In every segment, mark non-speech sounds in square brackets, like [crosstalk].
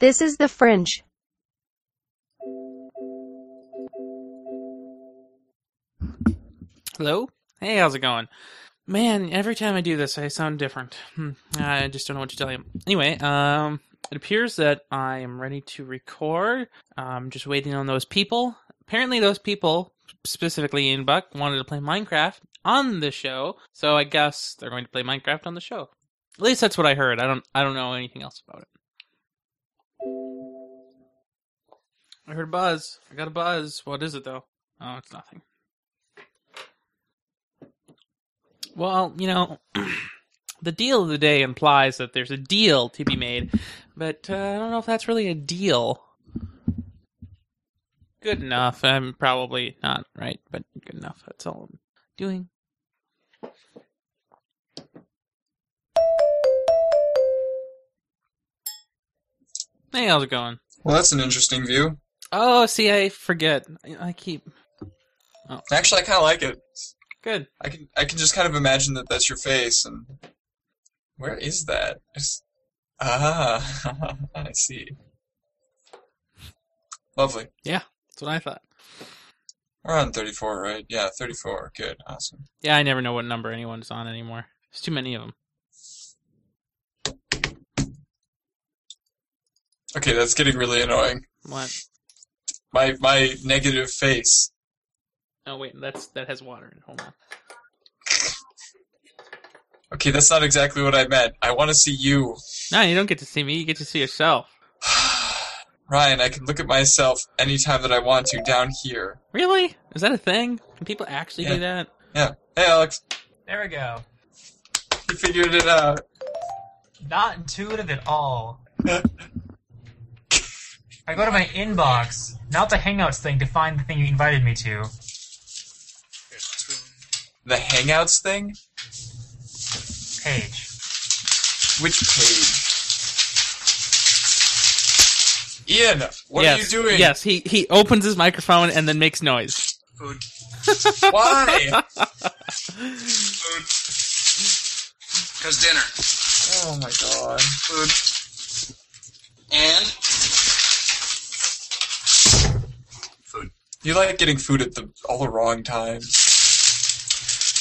This is the fringe. Hello? Hey, how's it going? Man, every time I do this, I sound different. Hmm, I just don't know what to tell you. Anyway, um, it appears that I am ready to record. I'm just waiting on those people. Apparently, those people, specifically Ian Buck, wanted to play Minecraft on the show, so I guess they're going to play Minecraft on the show. At least that's what I heard. I don't, I don't know anything else about it. I heard a buzz. I got a buzz. What is it though? Oh, it's nothing. Well, you know, [clears throat] the deal of the day implies that there's a deal to be made, but uh, I don't know if that's really a deal. Good enough. I'm probably not right, but good enough. That's all I'm doing. Hey, how's it going? Well, that's an interesting view. Oh, see, I forget. I, I keep Actually, I kind of like it. good. I can I can just kind of imagine that that's your face. And where is that? It's- ah, [laughs] I see. Lovely. That's what I thought. We're on 34, right? Yeah, 34. Good. Awesome. Yeah, I never know what number anyone's on anymore. There's too many of them. Okay, that's getting really annoying. What? My my negative face. Oh wait, that's that has water in it. Hold on. Okay, that's not exactly what I meant. I want to see you. [sighs] No, you don't get to see me. You get to see yourself. Ryan, I can look at myself anytime that I want to down here. Really? Is that a thing? Can people actually do Yeah. that? Hey, Alex, There we go. you figured it out. Not intuitive at all. [laughs] I go to my inbox, not the Hangouts thing, to find the thing you invited me to. The Hangouts thing? Page. Which page? Ian, what yes. are you doing? Yes, he he opens his microphone and then makes noise. Why? Food. Cause dinner. oh my god. Food. And You like getting food at the all the wrong times.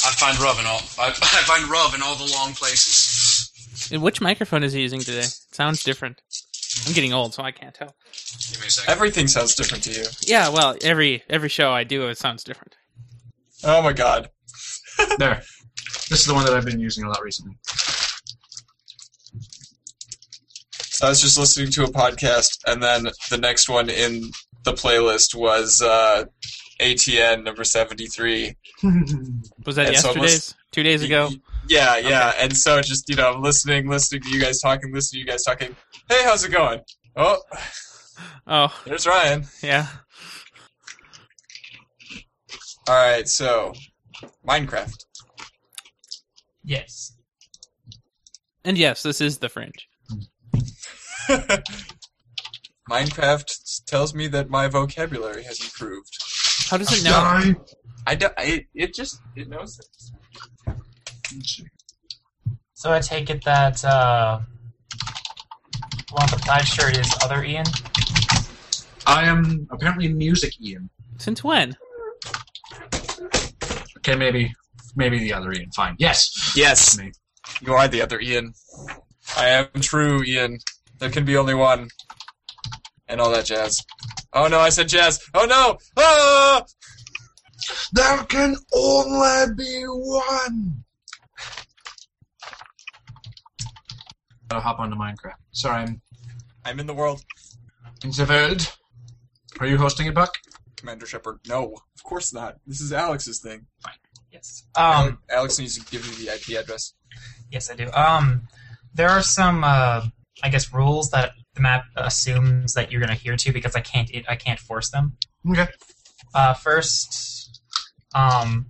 I find rub in all I, [laughs] I find rub in all the long places. And which microphone is he using today? It sounds different. I'm getting old, so I can't tell. Give me a second. Everything sounds different to you. Yeah, well, every every show I do, it sounds different. Oh my god. [laughs] There. This is the one that I've been using a lot recently. So I was just listening to a podcast, and then the next one in the playlist was uh, ATN number seventy three. Was that It's yesterday's? almost- Two days ago? Mm-hmm. Yeah, yeah. And so just you know, listening, listening to you guys talking, listening to you guys talking. Hey, how's it going? Oh, Oh, there's Ryan. yeah. All right, so Minecraft. Yes. And yes, this is the fringe. Minecraft tells me that my vocabulary has improved. How does it know? I do, it, it just it knows it. So I take it that, uh. Well, the dive shirt is other Ian? I am apparently music Ian. Since when? Okay, maybe maybe the other Ian. Fine. Yes. Yes, Me. you are the other Ian. I am true Ian. There can be only one, and all that jazz. Oh no, I said jazz. Oh no! Ah! There can only be one. Gotta hop onto Minecraft. Sorry, I'm I'm in the world, interfered. Are you hosting it, Buck? Commander Shepard. No, of course not. This is Alex's thing. Yes. Um. Ale- Alex needs to give you the IP address. Yes, I do. Um, there are some, uh, I guess, rules that the map assumes that you're going to adhere to because I can't, it, I can't force them. Okay. Uh, first, um,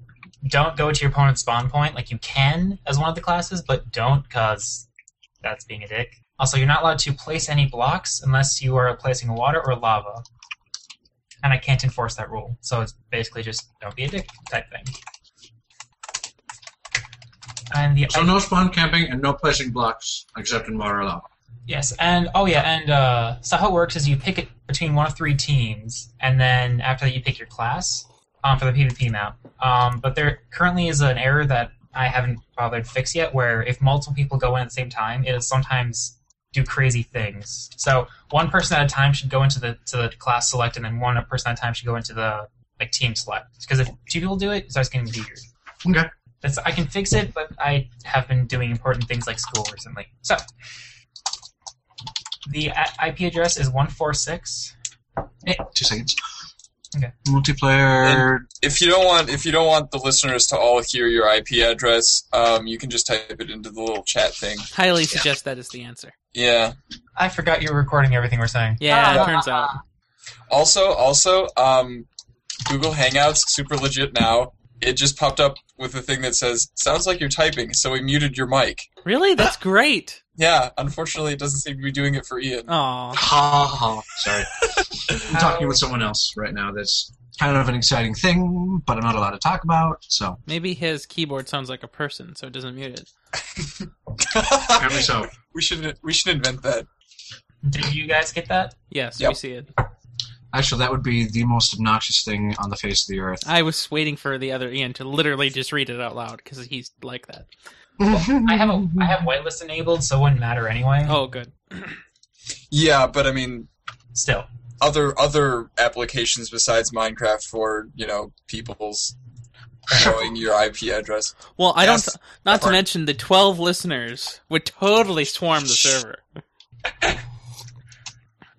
don't go to your opponent's spawn point. Like you can as one of the classes, but don't because that's being a dick. Also, you're not allowed to place any blocks unless you are placing water or lava. And I can't enforce that rule. So it's basically just don't be a dick type thing. And the So no spawn camping and no placing blocks except in Mar-a-Lago. Yes, and oh yeah, and uh, so how it works is you pick it between one of three teams, and then after that you pick your class um, for the PvP map. Um, but there currently is an error that I haven't bothered to fix yet, where if multiple people go in at the same time, it'll sometimes do crazy things. So one person at a time should go into the to the class select, and then one person at a time should go into the like team select. Because if two people do it, it starts getting weird. Okay. That's I can fix it, but I have been doing important things like school recently. So the a- IP address is one four six. Two seconds. Okay. Multiplayer. [laughs] If you don't want, if you don't want the listeners to all hear your IP address, um, you can just type it into the little chat thing. Highly suggest that is the answer. Yeah. I forgot you were recording everything we're saying. Yeah, Ah. it turns out. Also, also, um, Google Hangouts super legit now. It just popped up with a thing that says "sounds like you're typing," so we muted your mic. Really? That's great. Yeah. Unfortunately, it doesn't seem to be doing it for [laughs] Ian. Aw. Ha ha. Sorry. I'm talking with someone else right now. That's kind of an exciting thing, but I'm not allowed to talk about. So Maybe his keyboard sounds like a person, so it doesn't mute it. apparently so. we should we should invent that. Did you guys get that? Yes, we Yep. see it. Actually, that would be the most obnoxious thing on the face of the earth. I was waiting for the other Ian to literally just read it out loud because he's like that. I have a I have whitelist enabled, so it wouldn't matter anyway. Oh, good. Yeah, but I mean, Still. other other applications besides Minecraft for you know people's showing your IP address. Well, I Yes. don't. Not to Or- mention the twelve listeners would totally swarm the server.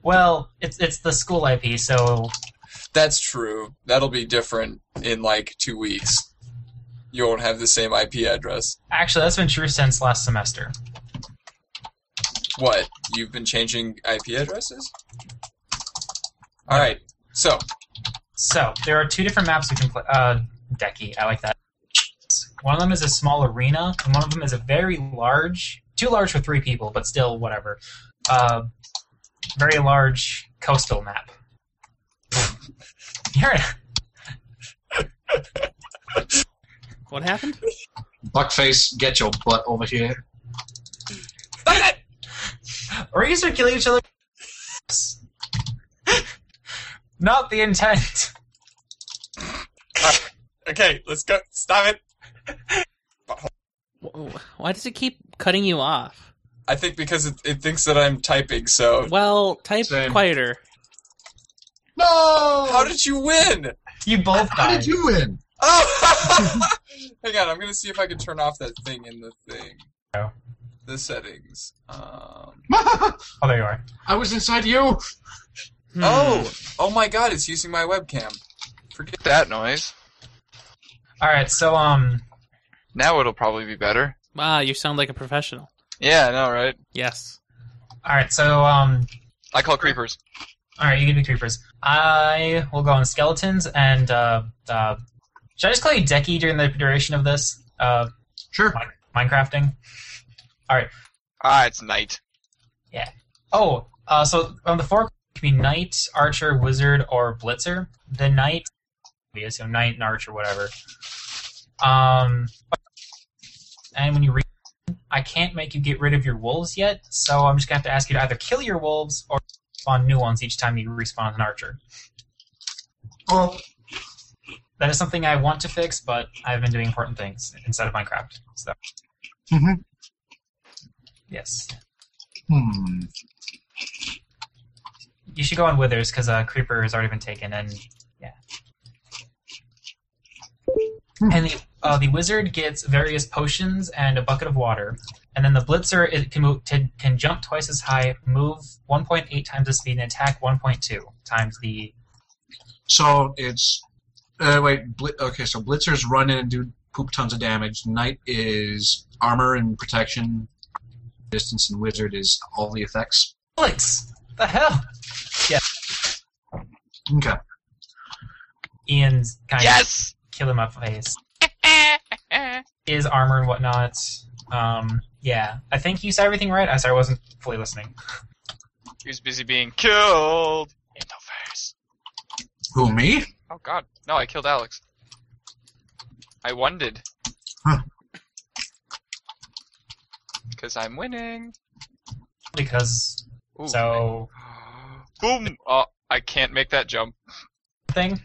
Well, it's it's the school IP, so That's true. That'll be different in like two weeks. You won't have the same IP address. actually that's been true since last semester. What? You've been changing IP addresses? All right. So So there are two different maps we can play. Uh, Decky, I like that. One of them is a small arena, and one of them is a very large, too large for three people, but still whatever. Uh, very large coastal map. [laughs] You're What [laughs] happened? Buckface, get your butt over here. or you start killing each other. [laughs] Not the intent. okay, let's go. Stop it. Wh- wh- Why does it keep cutting you off? I think because it, it thinks that I'm typing. So Well, type Same. quieter. No! how did you win? You both How died. did you win? Oh! [laughs] Hang on, I'm gonna see if I can turn off that thing in the thing. Oh. The settings. Um, Oh, there you are. I was inside you. Hmm. Oh! Oh my god, it's using my webcam. Forget That noise. All right, so um, Now it'll probably be better. wow, Ah, you sound like a professional. Yeah, I know, right? Yes. all right, so um, I call creepers. All right, you can be creepers. I will go on skeletons and uh, uh, should I just call you Decky during the duration of this uh, Sure. Minecrafting? Ah, it's night. Oh, uh, so on the four it could be knight, archer, wizard, or blitzer. The knight, yeah, so knight and archer, whatever. Um, and when you read, I can't make you get rid of your wolves yet, so I'm just gonna have to ask you to either kill your wolves or spawn new ones each time you respawn as an archer. Well, that is something I want to fix, but I've been doing important things instead of Minecraft. So mhm. yes, hmm. you should go on Withers because uh, Creeper has already been taken, and yeah. And the uh, the wizard gets various potions and a bucket of water, and then the blitzer it can move to, can jump twice as high, move 1.8 times the speed, and attack 1.2 times the. So it's uh, wait. Bl- okay, so blitzers run in and do poop tons of damage. Knight is armor and protection. Distance and wizard is all the effects. Alex, the hell, Okay. Ian's kind of Yes! Eh. kill him up face. Is armor and whatnot. Um, yeah, I think you said everything right. I sorry, I wasn't fully listening. He was busy being killed. In the face. Who me? Oh god. No, I killed Alex. I wondered. Huh. Because I'm winning. because [gasps] Ooh. so Boom! Oh, I can't make that jump. thing.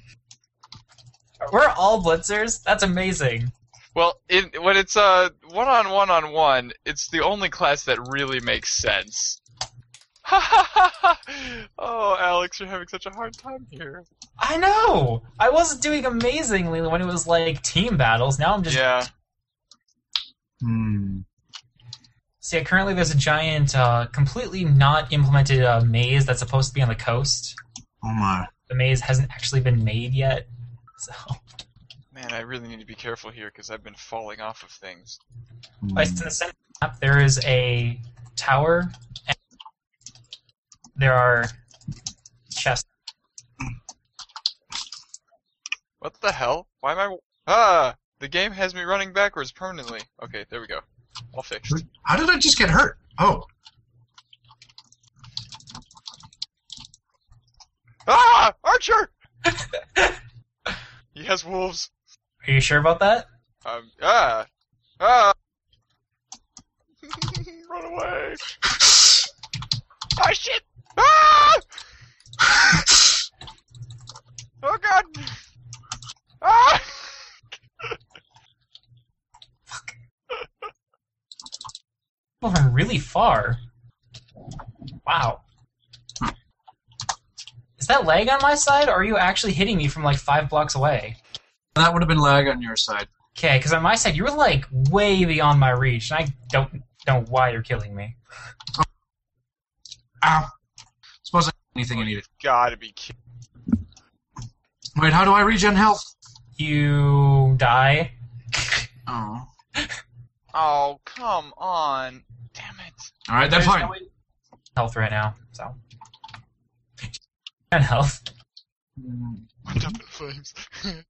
We're all blitzers. That's amazing. Well, in, when it's uh one on one on one, it's the only class that really makes sense. [laughs] Ha ha ha ha! Oh, Alex, you're having such a hard time here. I know. I wasn't doing amazingly when it was like team battles. Now I'm just Yeah. Hmm. See, currently there's a giant, uh, completely not implemented uh, maze that's supposed to be on the coast. Oh my. The maze hasn't actually been made yet. So [laughs] Man, I really need to be careful here because I've been falling off of things. Hmm. Like, in the center of the map, there is a tower, and there are chests. What the hell? Why am I? Ah! The game has me running backwards permanently. Okay, there we go. All fixed. How did I just get hurt? Oh, Ah! Archer! he has wolves. Are you sure about that? Um. Ah. Ah. Run away. Oh shit! Ah! [laughs] oh god! Ah! Well, from really far. Wow. Is that lag on my side, or are you actually hitting me from like five blocks away? that would have been lag on your side. Okay, because on my side you were like way beyond my reach, and I don't know why you're killing me. Ow. Ah. Suppose I anything I needed. Gotta be kidding. Wait, how do I regen health? You die. Oh. Oh come on! Damn it! All right, that's There's fine. no way- health right now, so and health. Mm. I'm up in flames. [laughs]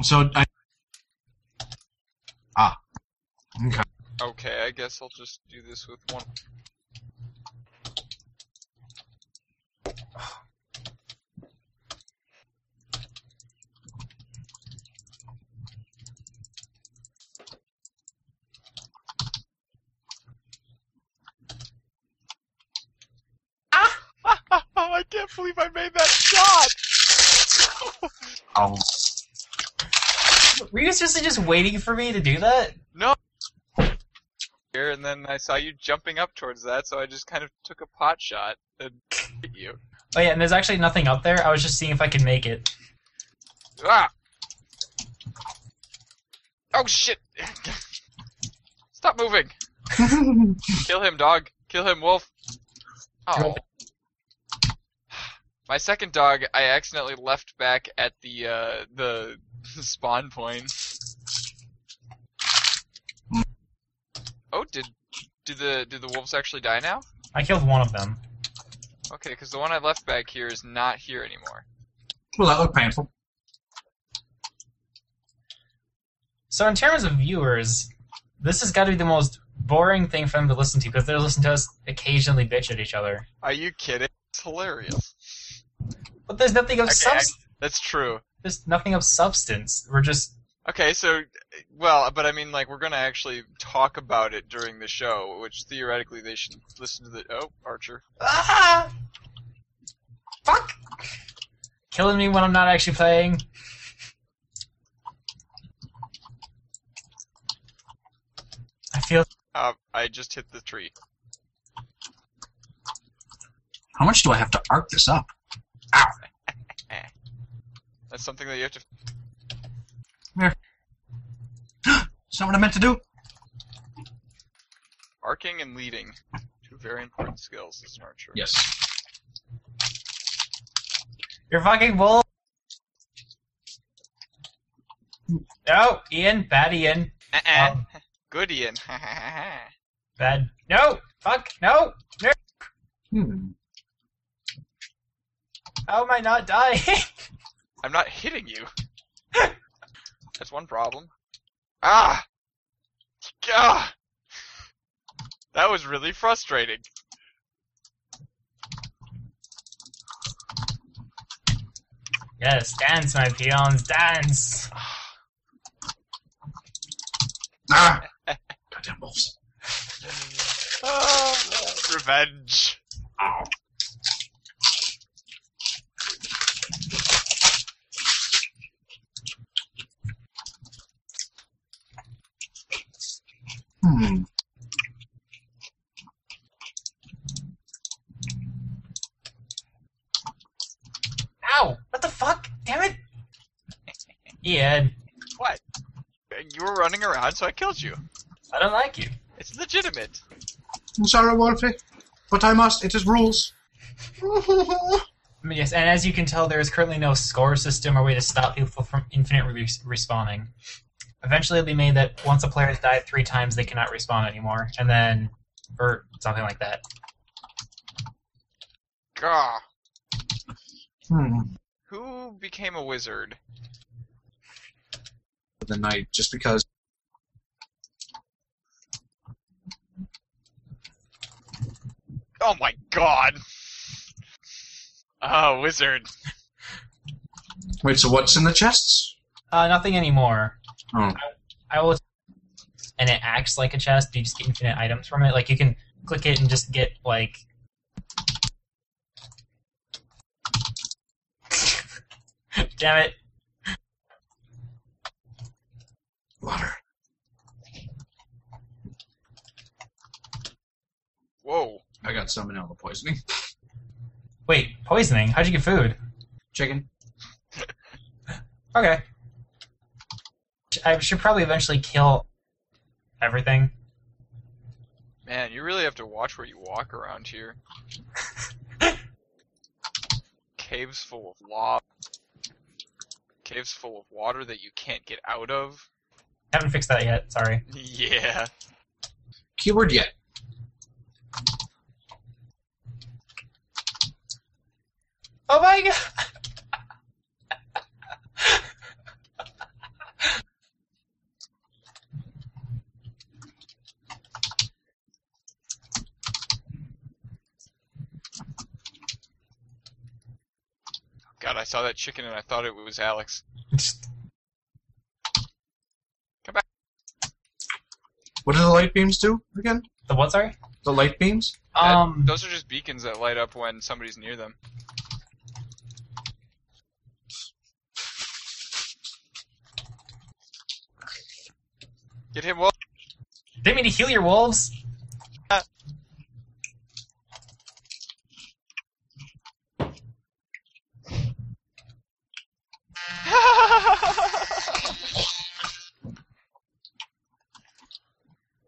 So I. Ah. Okay. okay, I guess I'll just do this with one. Ah! [laughs] I can't believe I made that shot! Oh. Were you seriously just waiting for me to do that? here, and then I saw you jumping up towards that, so I just kind of took a pot shot and hit you. Oh yeah, and there's actually nothing up there. I was just seeing if I could make it. Ah! Oh shit! Stop moving! Kill him, dog. Kill him, wolf. Oh. My second dog, I accidentally left back at the uh, the [laughs] spawn point. Oh, did did the did the wolves actually die now? I killed one of them. Okay, because the one I left back here is not here anymore. Well, that looked painful. So in terms of viewers, this has got to be the most boring thing for them to listen to because they're listening to us occasionally bitch at each other. Are you kidding? It's hilarious. But there's nothing of Okay, substance. That's true. there's nothing of substance. We're just Okay, so well, but I mean, like, we're gonna actually talk about it during the show, which theoretically they should listen to the. Oh, Archer. ah, fuck, killing me when I'm not actually playing. I feel Uh, I just hit the tree. How much do I have to arc this up? That's something that you have to. Is that what I meant to do? Arcing and leading, two very important skills as an archer. Yes. you're fucking bull. No, Ian, bad Ian, Uh-uh. Um, Good Ian. [laughs] bad. No, fuck, no. Hmm. How am I not dying? [laughs] I'm not hitting you. That's one problem. Ah! Gah! That was really frustrating. yes, dance, my peons, dance. Ah. Goddamn wolves. Oh, revenge. Hmm. Ow! What the fuck? Damn it! Ian, What? You were running around, so I killed you. I don't like you. It's legitimate. I'm sorry, Wolfie, but I must. It is rules. I mean, yes, and as you can tell, there is currently no score system or way to stop people from infinite re- respawning. Eventually, it'll be made that once a player has died three times, they cannot respawn anymore, and then, or something like that. Gah. Hmm. Who became a wizard? The night, just because. Oh my god. Oh, wizard. Wait, so what's in the chests? Uh, nothing anymore. Oh. I will, and it acts like a chest. You just get infinite items from it. Like you can click it and just get like. [laughs] Damn it! Water. Whoa. I got salmonella poisoning. Wait, poisoning? How'd you get food? Chicken. Okay. I should probably eventually kill everything. Man, you really have to watch where you walk around here. Caves full of lava. Caves full of water that you can't get out of. [laughs] Haven't fixed that yet. Sorry. Yeah. [laughs] Keyword yet. Oh my god! [laughs] God, I saw that chicken and I thought it was Alex. What do the light beams do again? The what? Sorry. The light beams? That- Um. Those are just beacons that light up when somebody's near them. Get him well. Didn't mean to heal your wolves. [laughs]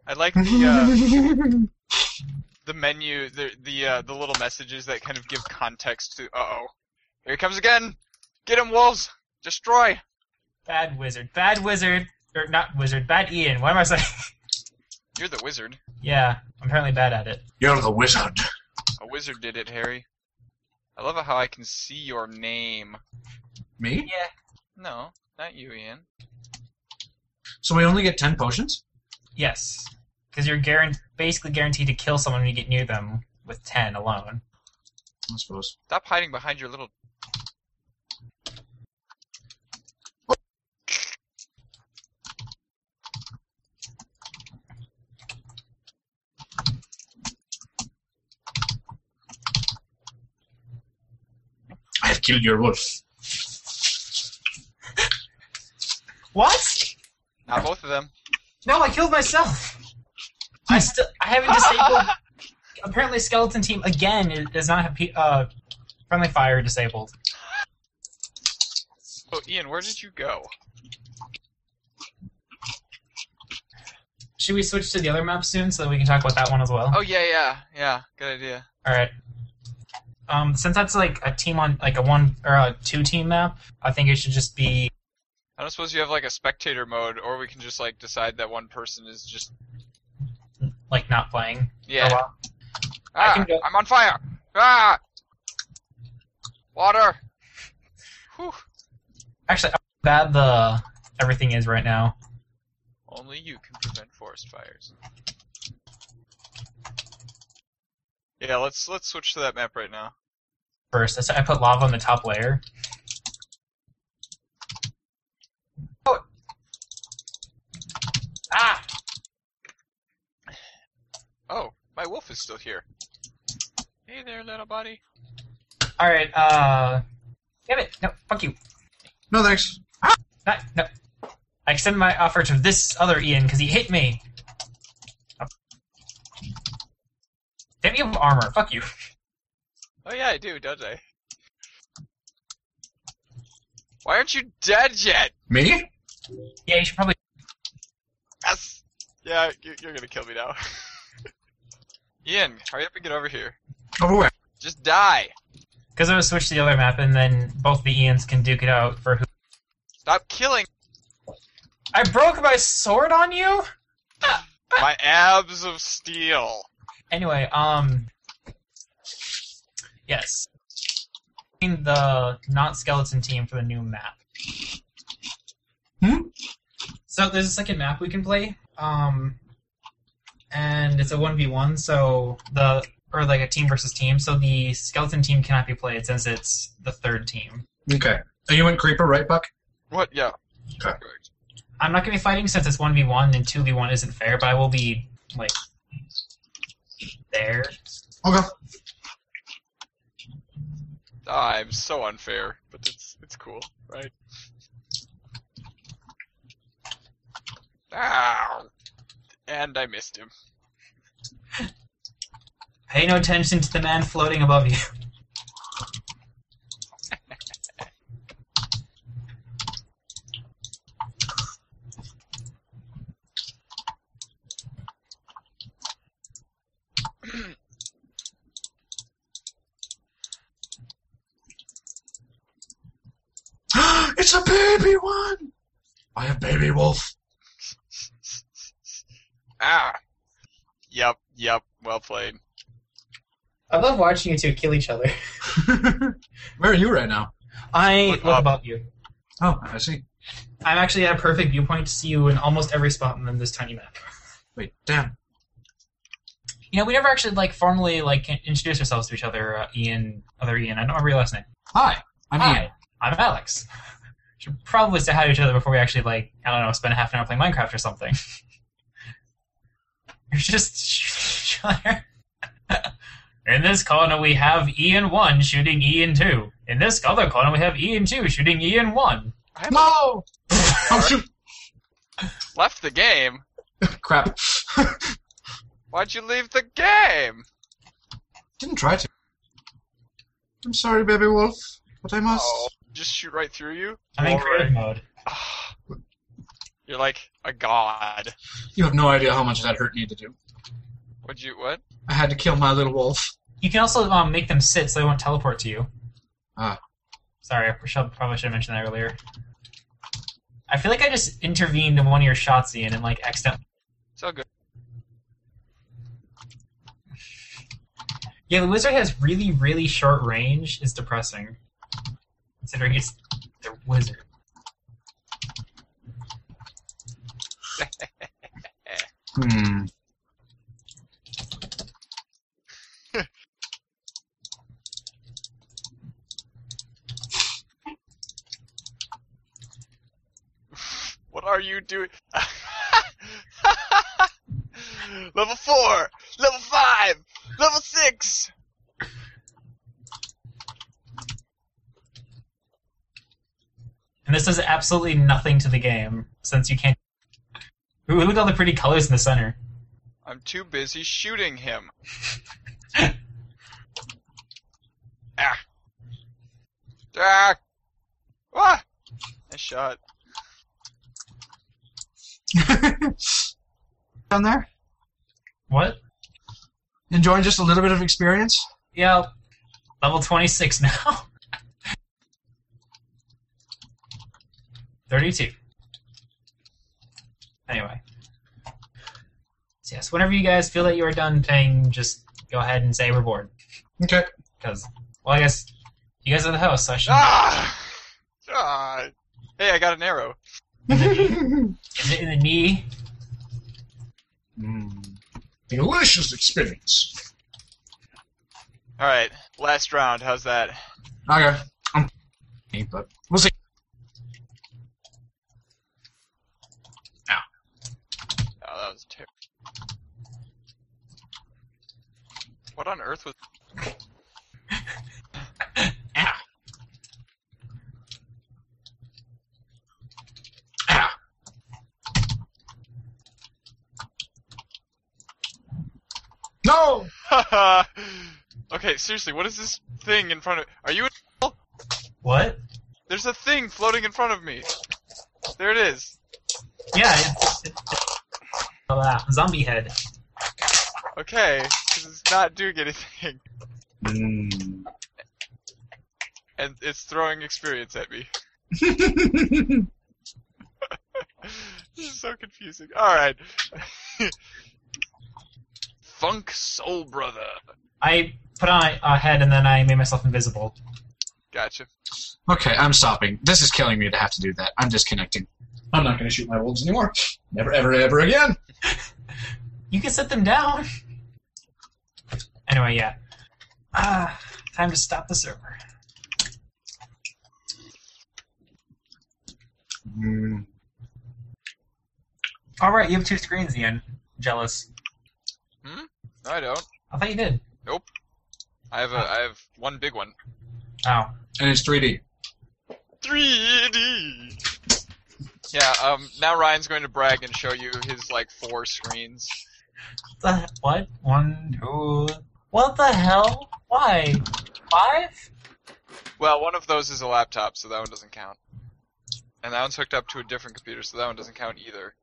I like the [laughs] uh, the menu, the the uh, the little messages that kind of give context to. Uh oh, here he comes again! Get him, wolves! Destroy! Bad wizard. Bad wizard. Or not wizard. Bad Ian. What am I saying? [laughs] You're the wizard. yeah, I'm apparently bad at it. You're the wizard. A wizard did it, Harry. I love how I can see your name. Me? No, not you, Ian. So we only get ten potions? Yes, because you're guaran- basically guaranteed to kill someone when you get near them with ten alone. I suppose. Stop hiding behind your little. I have killed your wolf. What? Not both of [laughs] them. No, I killed myself. I still I haven't disabled. Oh, apparently, skeleton team again it does not have pe- uh, friendly fire disabled. Oh, Ian, where did you go? Should we switch to the other map soon so that we can talk about that one as well? Oh yeah, yeah, yeah. Good idea. All right. Um, since that's like a team on like a one or a two team map, I think it should just be I don't suppose you have like a spectator mode, or we can just like decide that one person is just. like not playing. Yeah. For a while. Ah, I can go- I'm on fire. Ah. Water. Whew. Actually, how bad the everything is right now. Only you can prevent forest fires. Yeah, let's let's switch to that map right now. First, I s- I put lava on the top layer. Oh. Ah, Oh, is still here. Hey there, little buddy. All right. Uh, damn it! No, fuck you. No thanks. Not, no. I extend my offer to this other Ian because he hit me. Oh. Damn, you have armor. Fuck you. Oh yeah, I do, don't I? Why aren't you dead yet? Me? Yeah, you should probably. Yes. Yeah, you- you're gonna kill me now. [laughs] Ian, hurry up and get over here. Over where? Just die. Because I'm gonna switch to the other map, and then both the Ians can duke it out for who. Stop killing. I broke my sword on you. My abs of steel. Anyway, um, yes, Join the not skeleton team for the new map. Hmm? So there's a second map we can play, um, and it's a one v one. So the or like a team versus team. So the skeleton team cannot be played since it's the third team. Okay. And you went creeper, right, Buck? What? Yeah. Okay. Correct. I'm not gonna be fighting since it's one v one and two v one isn't fair, but I will be like there. Okay. Ah, I'm so unfair, but it's it's cool, right? Ow. And I missed him. Pay no attention to the man floating above you. [gasps] it's a baby one! I have baby wolf. [laughs] Ah. Yep. Yep. Well played. I love watching you two kill each other. Where are you right now? I Look look, up. above you. Oh, I see. I'm actually at a perfect viewpoint to see you in almost every spot on this tiny map. Wait, damn. You know, we never actually like formally like in- introduce ourselves to each other. Uh, Ian, other Ian. I don't remember your last name. Hi. I'm Ian. hi, I'm Alex. Should probably say hi to each other before we actually like I don't know spend half an hour playing Minecraft or something. [laughs] You're just [laughs] shooting each other. In this corner we have Ian one shooting Ian two. In this other corner we have Ian two shooting Ian one. I haven't No! [laughs] oh, shoot. left the game. Crap. [laughs] Why'd you leave the game? Didn't try to. I'm sorry, baby wolf, but I must. Oh, just shoot right through you. I'm in Alright. creative mode. Ah. You're like a god. You have no idea how much that hurt me to do. What'd you what? I had to kill my little wolf. You can also um, make them sit so they won't teleport to you. Ah. Sorry, I should, probably should have mentioned that earlier. I feel like I just intervened in one of your shots, Ian, and like accidentally. It's all good. Yeah, the wizard has really, really short range. It's depressing. Considering it's the wizard. Hmm. What are you doing? [laughs] level four, level five, level six. And this does absolutely nothing to the game since you can't. Ooh, look at all the pretty colors in the center. I'm too busy shooting him. ah. Ah. Ah. I shot. [laughs] Down there? What? Enjoying just a little bit of experience? Yep. Level 26 now. [laughs] 32. Anyway. So yes, whenever you guys feel that you are done playing, just go ahead and say we're bored. Okay. Because, well, I guess you guys are the host, so I should. Ah. ah. Hey, I got an arrow. Is it in the knee? Mm. Delicious experience. All right, last round. How's that? Okay. Um, but we'll see. Oh, that was terrible. Earth was. [laughs] Ah. Ah. No! okay, seriously, what is this thing in front of? Are you? What? There's a thing floating in front of me. There it is. Yeah, it's, it's, oh, ah, zombie head. Okay, this is not doing anything, [laughs] Mm. and it's throwing experience at me. [laughs] this is so confusing. All right. [laughs] Funk Soul Brother. I put on a, a head and then I made myself invisible. Gotcha. okay, I'm stopping. This is killing me to have to do that. I'm disconnecting. I'm not going to shoot my wolves anymore. Never, ever, ever again. You can set them down. Anyway, yeah. Ah, time to stop the server. Mm. All right, you have two screens, Ian. Jealous. No, I don't. I thought you did. I have a. I have one big one. Oh, And it's 3D. 3D. Yeah. Um. Now Ryan's going to brag and show you his like four screens. the what? One, two. What the hell? Why? Five? Well, one of those is a laptop, so that one doesn't count. And that one's hooked up to a different computer, so that one doesn't count either.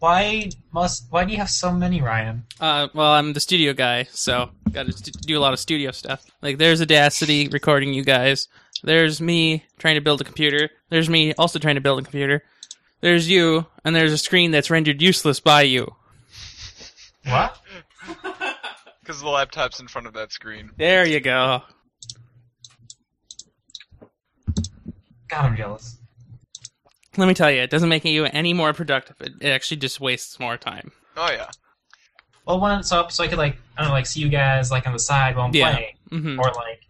Why must? Why do you have so many, Ryan? Uh, well, I'm the studio guy, so got to st- do a lot of studio stuff. Like, there's Audacity recording you guys. There's me trying to build a computer. There's me also trying to build a computer. There's you, and there's a screen that's rendered useless by you. What? Because the laptop's in front of that screen. There you go. God, I'm jealous. Let me tell you, it doesn't make you any more productive. It, it actually just wastes more time. Oh yeah. Well, one it's up so I could like I don't know, like see you guys like on the side while I'm Yeah. playing, hmm or like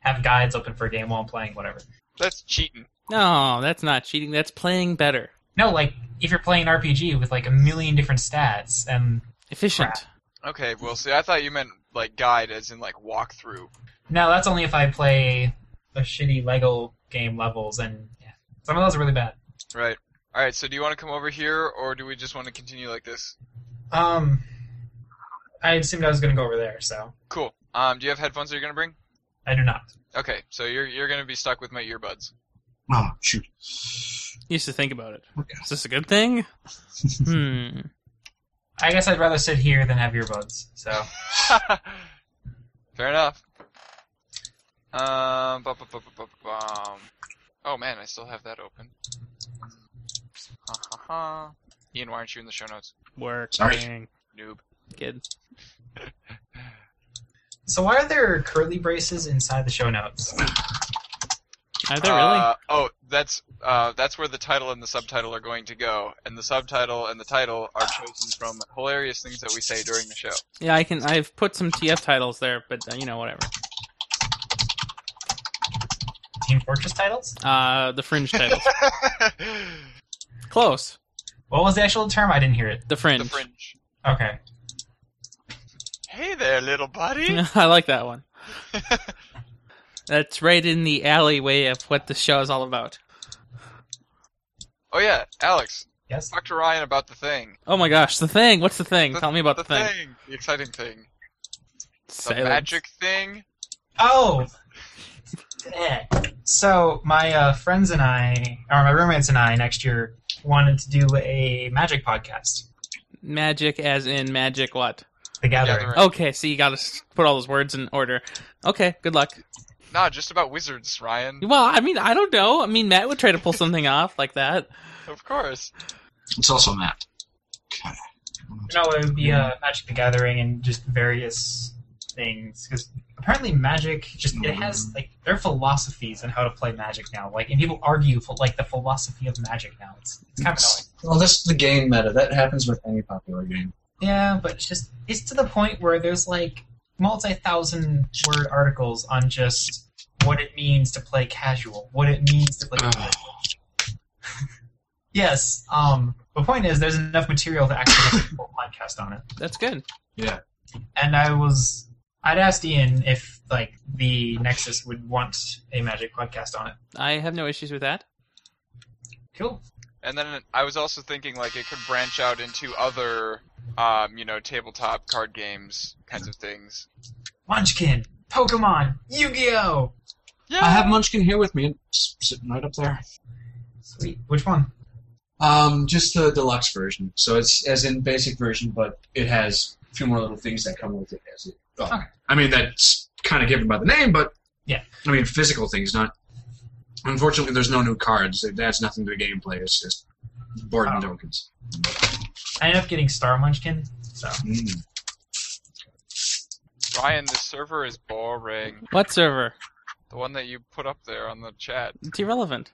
have guides open for a game while I'm playing, whatever. That's cheating. No, that's not cheating. That's playing better, No, like if you're playing RPG with like a million different stats, and efficient. Crap. Okay, well, see, I thought you meant like guide, as in like walkthrough. no, that's only if I play the shitty Lego game levels, and yeah, some of those are really bad. Right. All right. So, do you want to come over here, or do we just want to continue like this? Um, I assumed I was gonna go over there, so Cool. Um, do you have headphones that you're gonna bring? I do not. Okay, so you're you're gonna be stuck with my earbuds. Oh, shoot. Used to think about it. Okay. Is this a good thing? hmm. I guess I'd rather sit here than have earbuds. So [laughs] Fair enough. Um, bu- bu- bu- bu- bu- bu- um. Oh man, I still have that open. Ha ha ha. Ian, why aren't you in the show notes? Working. Sorry. Noob. Good. So why are there curly braces inside the show notes? Are there really? Uh, oh, that's uh, that's where the title and the subtitle are going to go, and the subtitle and the title are chosen from hilarious things that we say during the show. [laughs] Yeah, I can. I've put some TF titles there, but uh, you know, whatever. Team Fortress titles? Uh, the fringe titles. Close. What was the actual term? I didn't hear it. The fringe. the fringe. Okay. Hey there, little buddy. [laughs] I like that one. That's right in the alleyway of what the show is all about. oh yeah, Alex, Yes. talk to Ryan about the thing. Oh my gosh, the thing. What's the thing? The- Tell me about the, thing. The exciting thing. The Silence. magic thing. Oh. Eh. So my uh, friends and I, or my roommates and I, next year wanted to do a magic podcast. Magic, as in magic. What? The gathering. Gathering. Okay, so you got to put all those words in order. Okay, good luck. Nah, just about wizards, Ryan. Well, I mean, I don't know. I mean, Matt would try to pull something off like that. Of course. It's also mapped. No, it would be uh, Magic the Gathering and just various things because apparently Magic just it has like their philosophies on how to play Magic now. Like, and people argue for like the philosophy of Magic now. It's, it's kind of annoying. Well, that's the game meta. That happens with any popular game. Yeah, but it's just it's to the point where there's like multi-thousand word articles on just what it means to play casual, what it means to play. [laughs] yes. Um. The point is, there's enough material to actually make a full podcast on it. That's good. And I was I'd asked Ian if like the Nexus would want a magic podcast on it. I have no issues with that. Cool. And then I was also thinking like it could branch out into other, um, you know, tabletop card games kinds of things. Munchkin, Pokemon, Yu-Gi-Oh. Yeah. I have Munchkin here with me, it's sitting right up there. Sweet. Which one? Um, just the deluxe version. So it's as in basic version, but it has a few more little things that come with it. As it, oh, Okay. I mean, that's kind of given by the name, but Yeah. I mean, physical things, not. Unfortunately, there's no new cards. It adds nothing to the gameplay. It's just board and Oh. tokens. I ended up getting Star Munchkin. So Mm. Ryan, the server is boring. What server? The one that you put up there on the chat. It's irrelevant.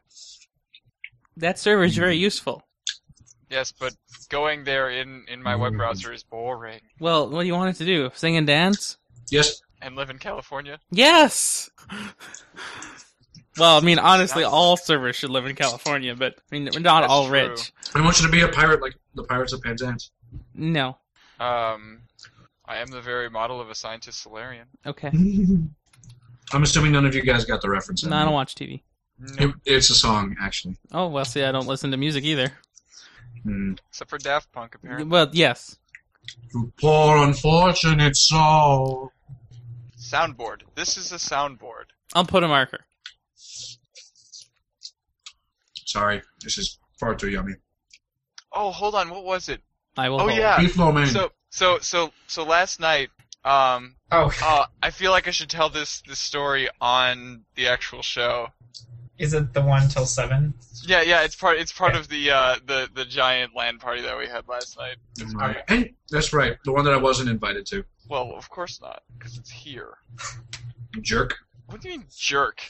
That server is Hmm. very useful. Yes, but going there in in my web browser is boring. Well, what do you want it to do? Sing and dance? Yes. And live in California. Yes. Well, I mean, honestly, all servers should live in California, but I mean, we're not That's all true. rich. I want you to be a pirate like the Pirates [laughs] of Penzance. No. Um, I am the very model of a scientist Solarian. [laughs] Okay. I'm assuming none of you guys got the reference. No, I don't watch TV. No, It, it's a song, actually. Oh well, see, I don't listen to music either. Hmm. except for Daft Punk apparently. Well, yes. You poor unfortunate soul. Soundboard. This is a soundboard. I'll put a marker. Sorry, this is far too yummy. Oh, hold on. What was it? I will. Oh hold. yeah. Beef lo mein. So so so so last night. Um, oh, uh, I feel like I should tell this this story on the actual show. is it the one till seven? Yeah, yeah, it's part it's part of the uh the the giant land party that we had last night. It's part Right. Hey, that's right. The one that I wasn't invited to. Well, of course not, because it's here. You jerk. What do you mean, jerk?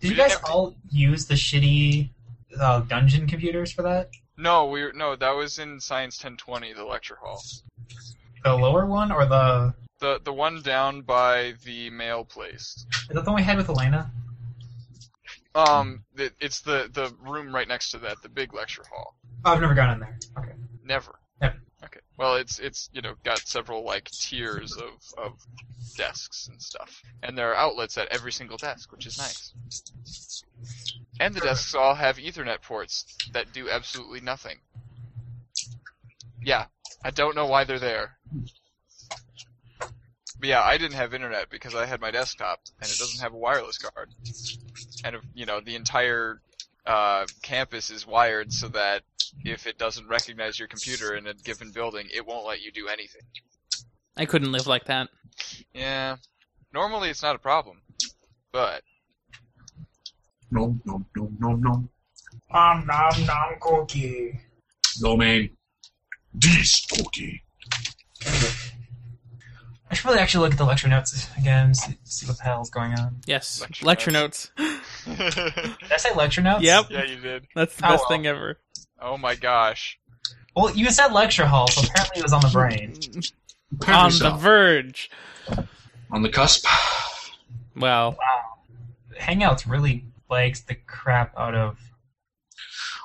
Did We you guys didn't have to- all use the shitty uh, dungeon computers for that? No, we were- no, that was in Science 1020, the lecture hall. The lower one or the The the one down by the mail place. is that the one we had with Elena? Um, it, it's the the room right next to that, the big lecture hall. Oh, I've never gone in there. Okay. Never. Never. Okay. Well, it's it's you know got several like tiers of of desks and stuff, and there are outlets at every single desk, which is nice. And the desks all have Ethernet ports that do absolutely nothing. Yeah, I don't know why they're there. But yeah, I didn't have internet because I had my desktop, and it doesn't have a wireless card. And you know, the entire uh, campus is wired so that if it doesn't recognize your computer in a given building, it won't let you do anything. I couldn't live like that. Yeah. Normally it's not a problem. But Nom nom nom nom nom. Nom nom nom cookie. Lo mein. This cookie. I should probably actually look at the lecture notes again, see, see what the hell's going on. Yes. Lecture, Lecture notes. Yeah, Did I say lecture notes? Yep. you did. That's the Oh, best well. thing ever. Oh my gosh. Well, you said lecture hall, so apparently it was on the brain. Prepare On the yourself. verge. On the cusp. Well, Hangouts really lags the crap out of.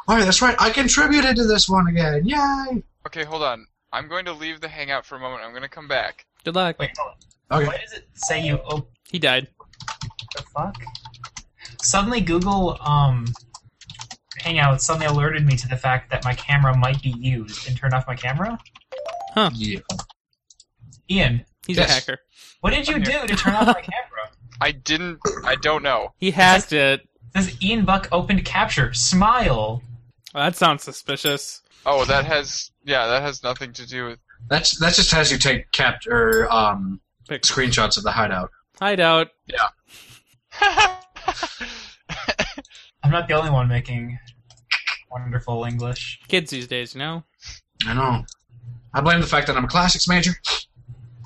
All right, that's right. I contributed to this one again. Yay. Okay, hold on. I'm going to leave the hangout for a moment. I'm going to come back. good luck. Wait, hold on. Okay. Why does it say you? Oh, He died. the fuck? Suddenly, Google um, Hangouts suddenly alerted me to the fact that my camera might be used, and turned off my camera. Yeah. Ian, He's a Yes. hacker. what did you do to turn off my camera? I didn't I don't know. He hacked it. It Says Ian Buck opened capture. Smile. Well, that sounds suspicious. Oh, that has yeah, that has nothing to do with That's that just has you take capt or um Pic- screenshots of the hideout. Hideout. I'm not the only one making wonderful English. Kids these days, you know? I know. I blame the fact that I'm a classics major.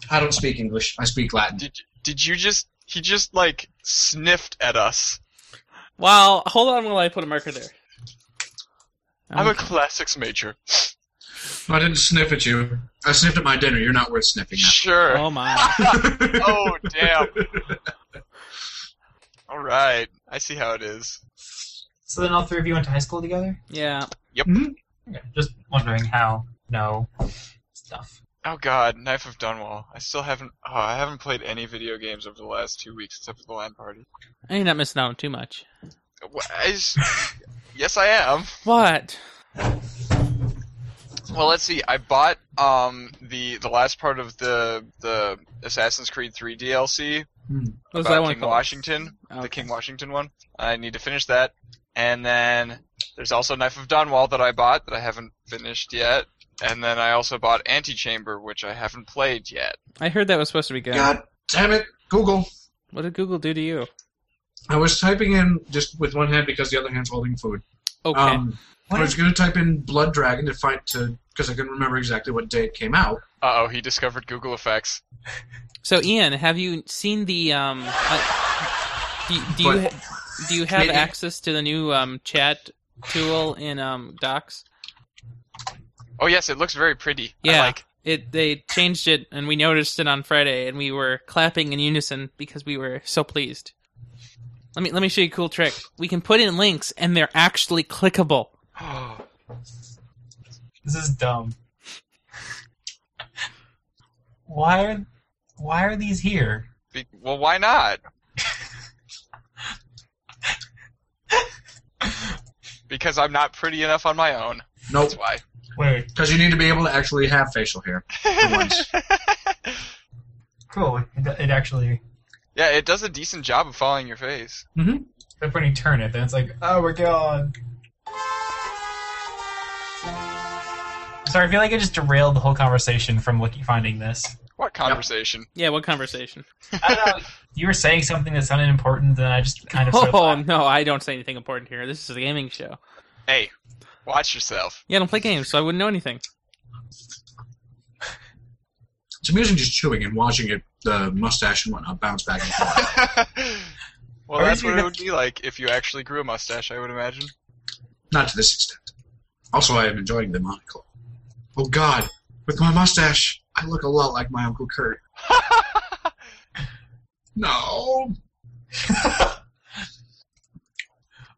I don't speak English. I speak Latin. Did did you just he just like sniffed at us. Well, hold on while I put a marker there. I'm a classics major. I didn't sniff at you. I sniffed at my dinner. You're not worth sniffing Sure. Oh my. [laughs] at. oh damn. [laughs] All right. I see how it is. So then all three of you went to high school together? Yeah. Okay, just wondering how. No. Stuff. Oh god, Knife of Dunwall. I still haven't. Oh, I haven't played any video games over the last two weeks except for the LAN party. I ain't not missing out on too much. Wh- I just- [laughs] yes, I am. What? Well, let's see. I bought um the the last part of the the Assassin's Creed 3 DLC What was about that one King called? Oh. Washington, Okay. the King Washington one. I need to finish that, and then there's also Knife of Dunwall that I bought that I haven't finished yet, and then I also bought Antichamber, which I haven't played yet. I heard that was supposed to be good. God damn it, Google. What did Google do to you? I was typing in just with one hand because the other hand's holding food. Okay. Um, I was going to type in Blood Dragon to find to because I couldn't remember exactly what day it came out. Uh oh, he discovered Google Effects. so, Ian, have you seen the um? uh, do, do you But- do you have Maybe- access to the new um chat tool in um Docs? Oh yes, it looks very pretty. I Yeah. like, It they changed it, and we noticed it on Friday, and we were clapping in unison because we were so pleased. Let me let me show you a cool trick. We can put in links, and they're actually clickable. This is dumb. [laughs] Why are why are these here? be- well, why not? because I'm not pretty enough on my own. Nope, That's why. Wait, because you need to be able to actually have facial hair. Once. cool. It, it actually [laughs] yeah, it does a decent job of following your face. they're putting turnip, and it's like, oh, we're gone. Sorry, I feel like I just derailed the whole conversation from looking finding this. What conversation? Yeah, what conversation? [laughs] I don't know. you were saying something that sounded important, and I just [laughs] kind of. sort of Oh laughed. no, I don't say anything important here. This is a gaming show. Hey, watch yourself. Yeah, I don't play games, so I wouldn't know anything. It's amusing just chewing and watching it, the mustache and whatnot bounce back and forth. [laughs] well, Are that's you what it would be like if you actually grew a mustache. I would imagine. [laughs] Not to this extent. Also, I am enjoying the monocle. Oh God, with my mustache, I look a lot like my uncle Kurt. Oh, No,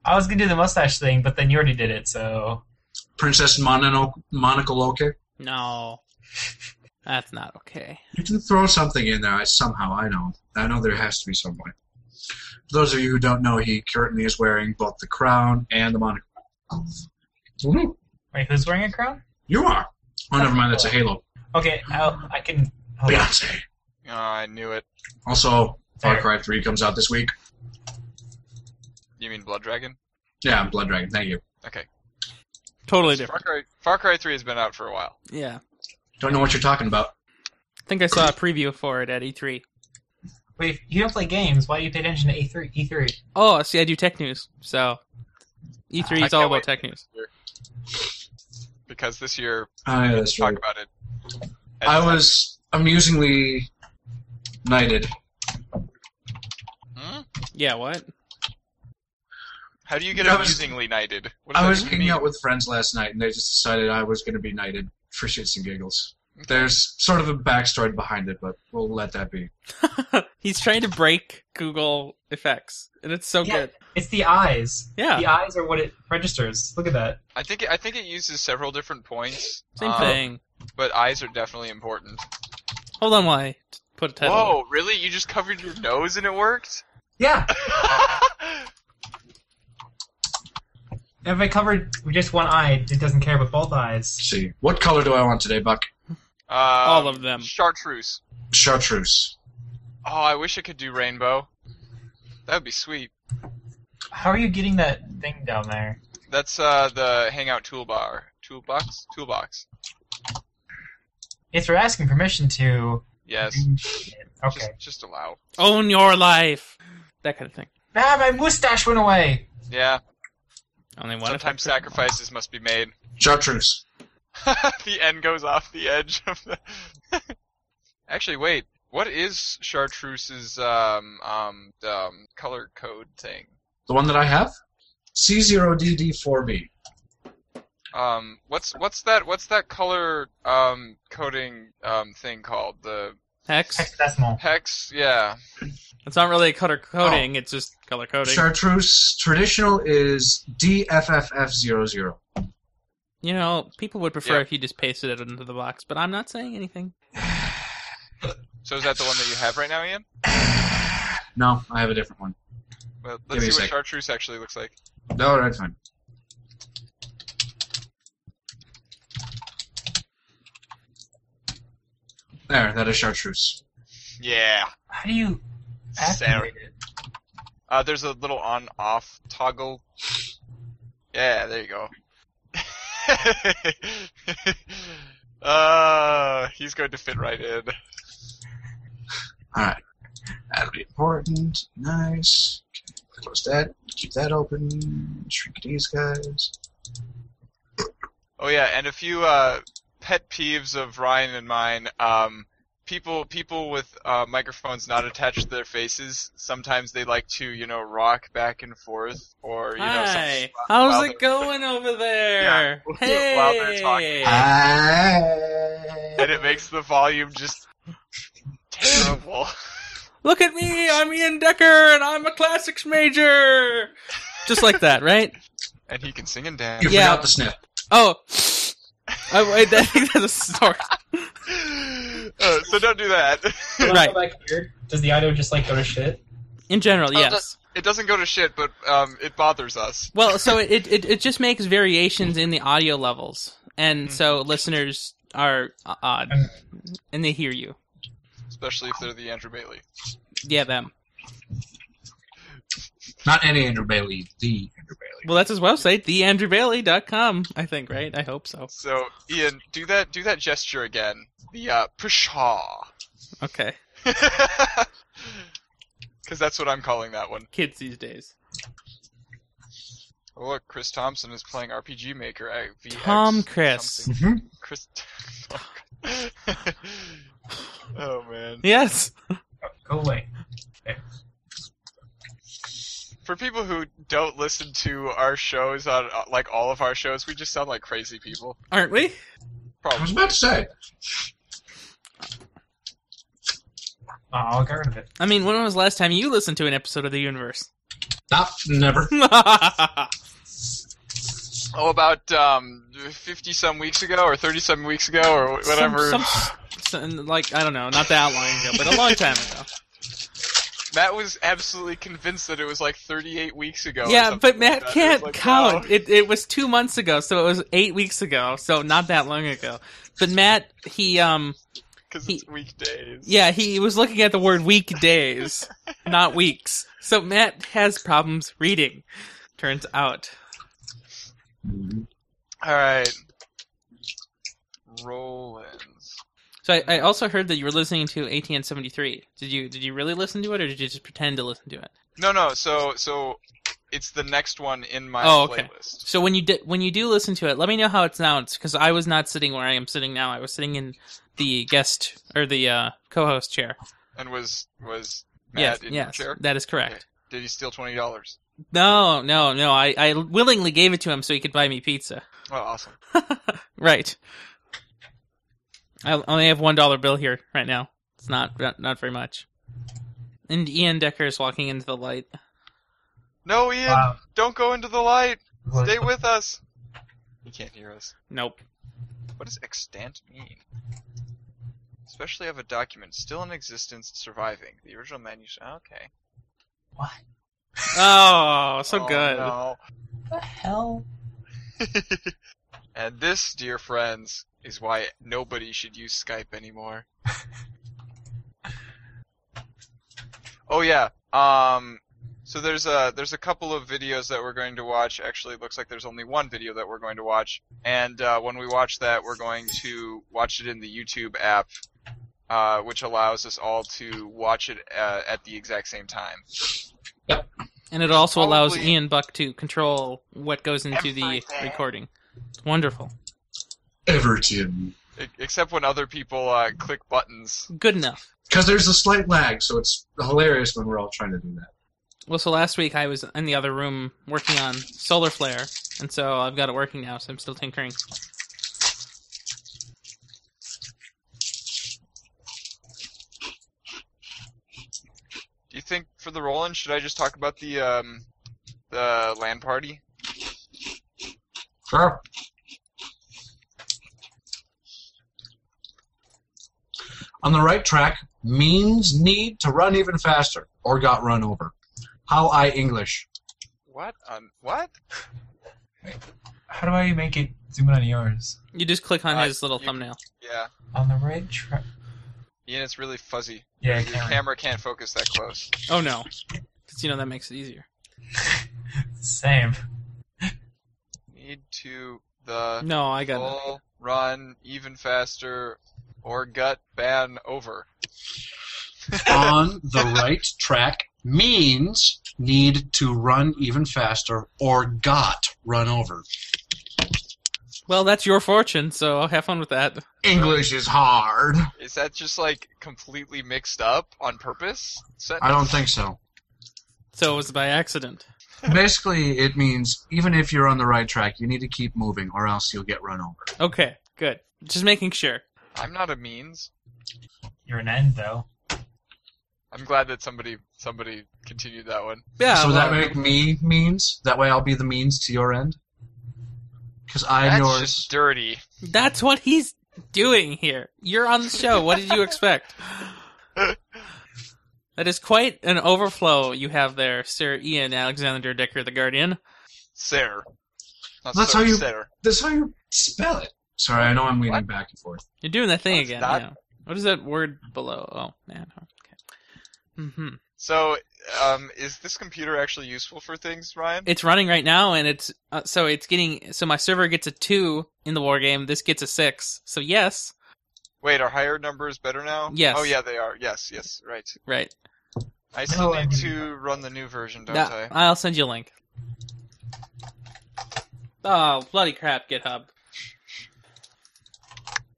I was gonna do the mustache thing, but then you already did it, so Princess Monono- Monocle. Okay, No, that's not okay. you can throw something in there I, somehow. I know. I know there has to be some way. For those of you who don't know, he currently is wearing both the crown and the monocle. Ooh, wait, who's wearing a crown? You are. Oh, never mind. That's a halo. Okay, I'll, I can. Hold on. Beyonce. Oh, I knew it. Also, Far There. Cry 3 comes out this week. You mean Blood Dragon? Yeah, Blood Dragon. Thank you. Okay. Totally Far different. Cry, Far Cry 3 has been out for a while. Yeah, Don't know what you're talking about. I think I saw a preview for it at E E3. Wait, if you don't play games. Why do you pay attention to E E3? E3. Oh, see, I do tech news, so E3 I is all can't about wait. tech news. Because this year, Oh, yeah, that's talk right. about it. I was amusingly knighted. Hmm? Yeah, what? How do you get I was- amusingly knighted? What does I that was even hanging mean? out with friends last night, and they just decided I was going to be knighted for shits and giggles. There's sort of a backstory behind it, but we'll let that be. [laughs] He's trying to break Google effects, and it's so Yeah. good. It's the eyes. Yeah, The eyes are what it registers. Look at that. I think it, I think it uses several different points. same um, thing. But eyes are definitely important. Hold on, while I t- put a title. Whoa, really? You just covered your nose and [laughs] it worked? Yeah. I If I covered with just one eye, it doesn't care. But both eyes. see, what color do I want today, Buck? [laughs] All of them. Uh, Chartreuse. Chartreuse. Oh, I wish I could do rainbow. That would be sweet. How are you getting that thing down there? That's uh the Hangout toolbar, toolbox, toolbox. If you're asking permission to. Yes. Okay. Just, just allow. Own your life. That kind of thing. Ah, my mustache went away. Yeah. Only one Sometimes effect. sacrifices must be made. [laughs] Chartreuse. the end goes off the edge of the. [laughs] Actually, wait. What is Chartreuse's um um um color code thing? The one that I have? C0DD4B. Um, what's what's that what's that color um coding um thing called the Hex. Hexadecimal. hex? Yeah. It's not really color coding. It's just color coding. Chartreuse traditional is DFFF00. You know, people would prefer Yeah. if you just pasted it into the box, but I'm not saying anything. So is that the one that you have right now, Ian? No, I have a different one. Well, Give me let's a see what sec. chartreuse actually looks like. No, that's fine. There, that is chartreuse. Yeah. How do you Sarah. activate it? Uh, there's a little on-off toggle. Yeah, there you go. [laughs] uh, he's going to fit right in. Alright. That'll be important. Nice. Okay, Close that. Keep that open. Shrink these guys. Oh yeah, and a few uh, pet peeves of Ryan and mine. Um, people people with uh, microphones not attached to their faces. Sometimes they like to you know rock back and forth, or you know. some- uh, Hi, how's while it going over there? Yeah. [laughs] Hey, While they're talking. and it makes the volume just terrible. look at me, I'm Ian Decker, and I'm a classics major. Just like that, right? [laughs] and he can sing and dance. You Yeah. forgot the sniff. Oh, [gasps] oh wait, that, I think that's a snort. [laughs] uh, so don't do that. [laughs] Right. Like, weird. Does the audio just like go to shit? In general, Oh, yes. that's- it doesn't go to shit, but um, it bothers us. Well, so it, it it just makes variations in the audio levels, and so listeners are o- odd, and they hear you. Especially if they're the Andrew Bailey. Yeah, them. Not any Andrew Bailey, the Andrew Bailey. Well, that's his website, theandrewbailey.com, I think, right? I hope so. So Ian, do that do that gesture again. The uh pshaw. [laughs] Okay, Cause that's what I'm calling that one. kids these days. Oh, look, Chris Thompson is playing RPG Maker at VX. Tom Chris. something. Chris [laughs] Oh man. Yes. Go away. For people who don't listen to our shows on uh, like all of our shows, we just sound like crazy people. Aren't we? I was Probably. about to say. Oh, I'll get rid of it. I mean, when was the last time you listened to an episode of The Universe? Not [laughs] never. Oh, about um, fifty some weeks ago, or thirty some weeks ago, or wh- whatever. Some, some, some- like, I don't know, not that long ago, but a long time ago. Matt was absolutely convinced that it was like thirty-eight weeks ago. or yeah, something but like Matt that. It was can't like, count. wow. It, it was two months ago, so it was eight weeks ago, so not that long ago. But Matt, he, um, 'Cause He- it's weekdays. yeah, he was looking at the word [laughs] weekdays, not weeks. So Matt has problems reading, turns out. All right. Rollins. So I, I also heard that you were listening to ATN seventy three. Did you did you really listen to it, or did you just pretend to listen to it? No, no. So, so it's the next one in my Oh, okay. playlist. So when you did when you do listen to it, let me know how it sounds because I was not sitting where I am sitting now. I was sitting in the guest or the uh, co-host chair. And was was yes, Matt in your yes, chair? that is correct. Did he steal twenty dollars? No, no, no. I, I willingly gave it to him so he could buy me pizza. Oh, awesome. Right. I only have one dollar bill here right now. It's not not, not very much. And Ian Decker is walking into the light. No, Ian, Wow. don't go into the light. Well, Stay with us. He can't hear us. Nope. What does extant mean? Especially of a document still in existence, surviving the original manuscript. Okay. What Oh, so Oh, good. no. the hell? [laughs] And this, dear friends, is why nobody should use Skype anymore. oh yeah. Um. So there's a there's a couple of videos that we're going to watch. Actually, it looks like there's only one video that we're going to watch. And uh, when we watch that, we're going to watch it in the YouTube app, uh, which allows us all to watch it uh, at the exact same time. And it also allows Probably- Ian Buck to control what goes into the recording. It's wonderful. Everton. E- except when other people uh, click buttons. Good enough. Because there's a slight lag, so it's hilarious when we're all trying to do that. Well, so last week I was in the other room working on Solar Flare, and so I've got it working now, so I'm still tinkering. Do you think for the Roland, should I just talk about the um, the land party? Sure. On the right track means need to run even faster or got run over. How I English. What on what? How do I make it zoom in on yours? You just click on Uh, his little you- thumbnail. Yeah, On the right track. Ian, it's really fuzzy. Yeah, Your camera can't focus that close. Oh no, because you know that makes it easier. Same. Need to the No, I got it. full run even faster or gut ban over. On the right track means need to run even faster or got run over. Well, that's your fortune, so have fun with that. English is hard. Is that just like completely mixed up on purpose? Sentence? I don't think so. So it was by accident. Basically, it means even if you're on the right track, you need to keep moving or else you'll get run over. Okay, good. Just making sure. I'm not a means. You're an end though. I'm glad that somebody somebody continued that one. Yeah. so well, Oh, that make me means? That way I'll be the means to your end? Because I'm That's yours. just dirty. that's what he's doing here. You're on the show. What did you [laughs] expect? That is quite an overflow you have there, Sir Ian Alexander Decker, the Guardian. Sir. Not That's sir, how you- sir. That's how you spell it. Sorry, I know I'm leaning What? back and forth. You're doing that thing No, it's again. not. Yeah. What is that word below? Oh man. Okay. hmm So, um, is this computer actually useful for things, Ryan? It's running right now, and it's uh, so it's getting so my server gets a two in the war game. This gets a six. So yes, Wait, are higher numbers better now? Yes. Oh yeah, they are. Yes, yes, right. right. I still Oh, need I- to run the new version, don't That- I? I'll send you a link. Oh bloody crap, GitHub!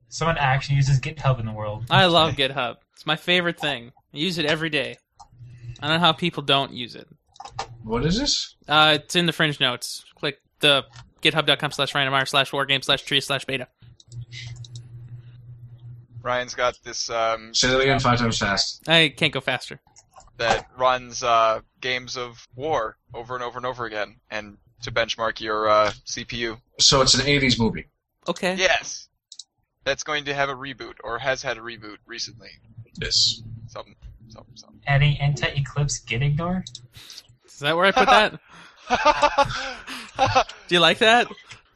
Someone actually uses GitHub in the world. I [laughs] love GitHub. It's my favorite thing. I use it every day. I don't know how people don't use it. What is this? Uh, it's in the fringe notes. Click the github.com slash randomire slash wargame slash tree slash beta. Ryan's got this um, Say that again five times fast. I can't go faster. that runs uh, games of war over and over and over again, and to benchmark your uh, CPU. So it's an 80s movie. Okay. Yes, that's going to have a reboot or has had a reboot recently. Yes. Something, something, something. [laughs] Adding anti eclipse git ignore? Is that where I put [laughs] that? Do you like that?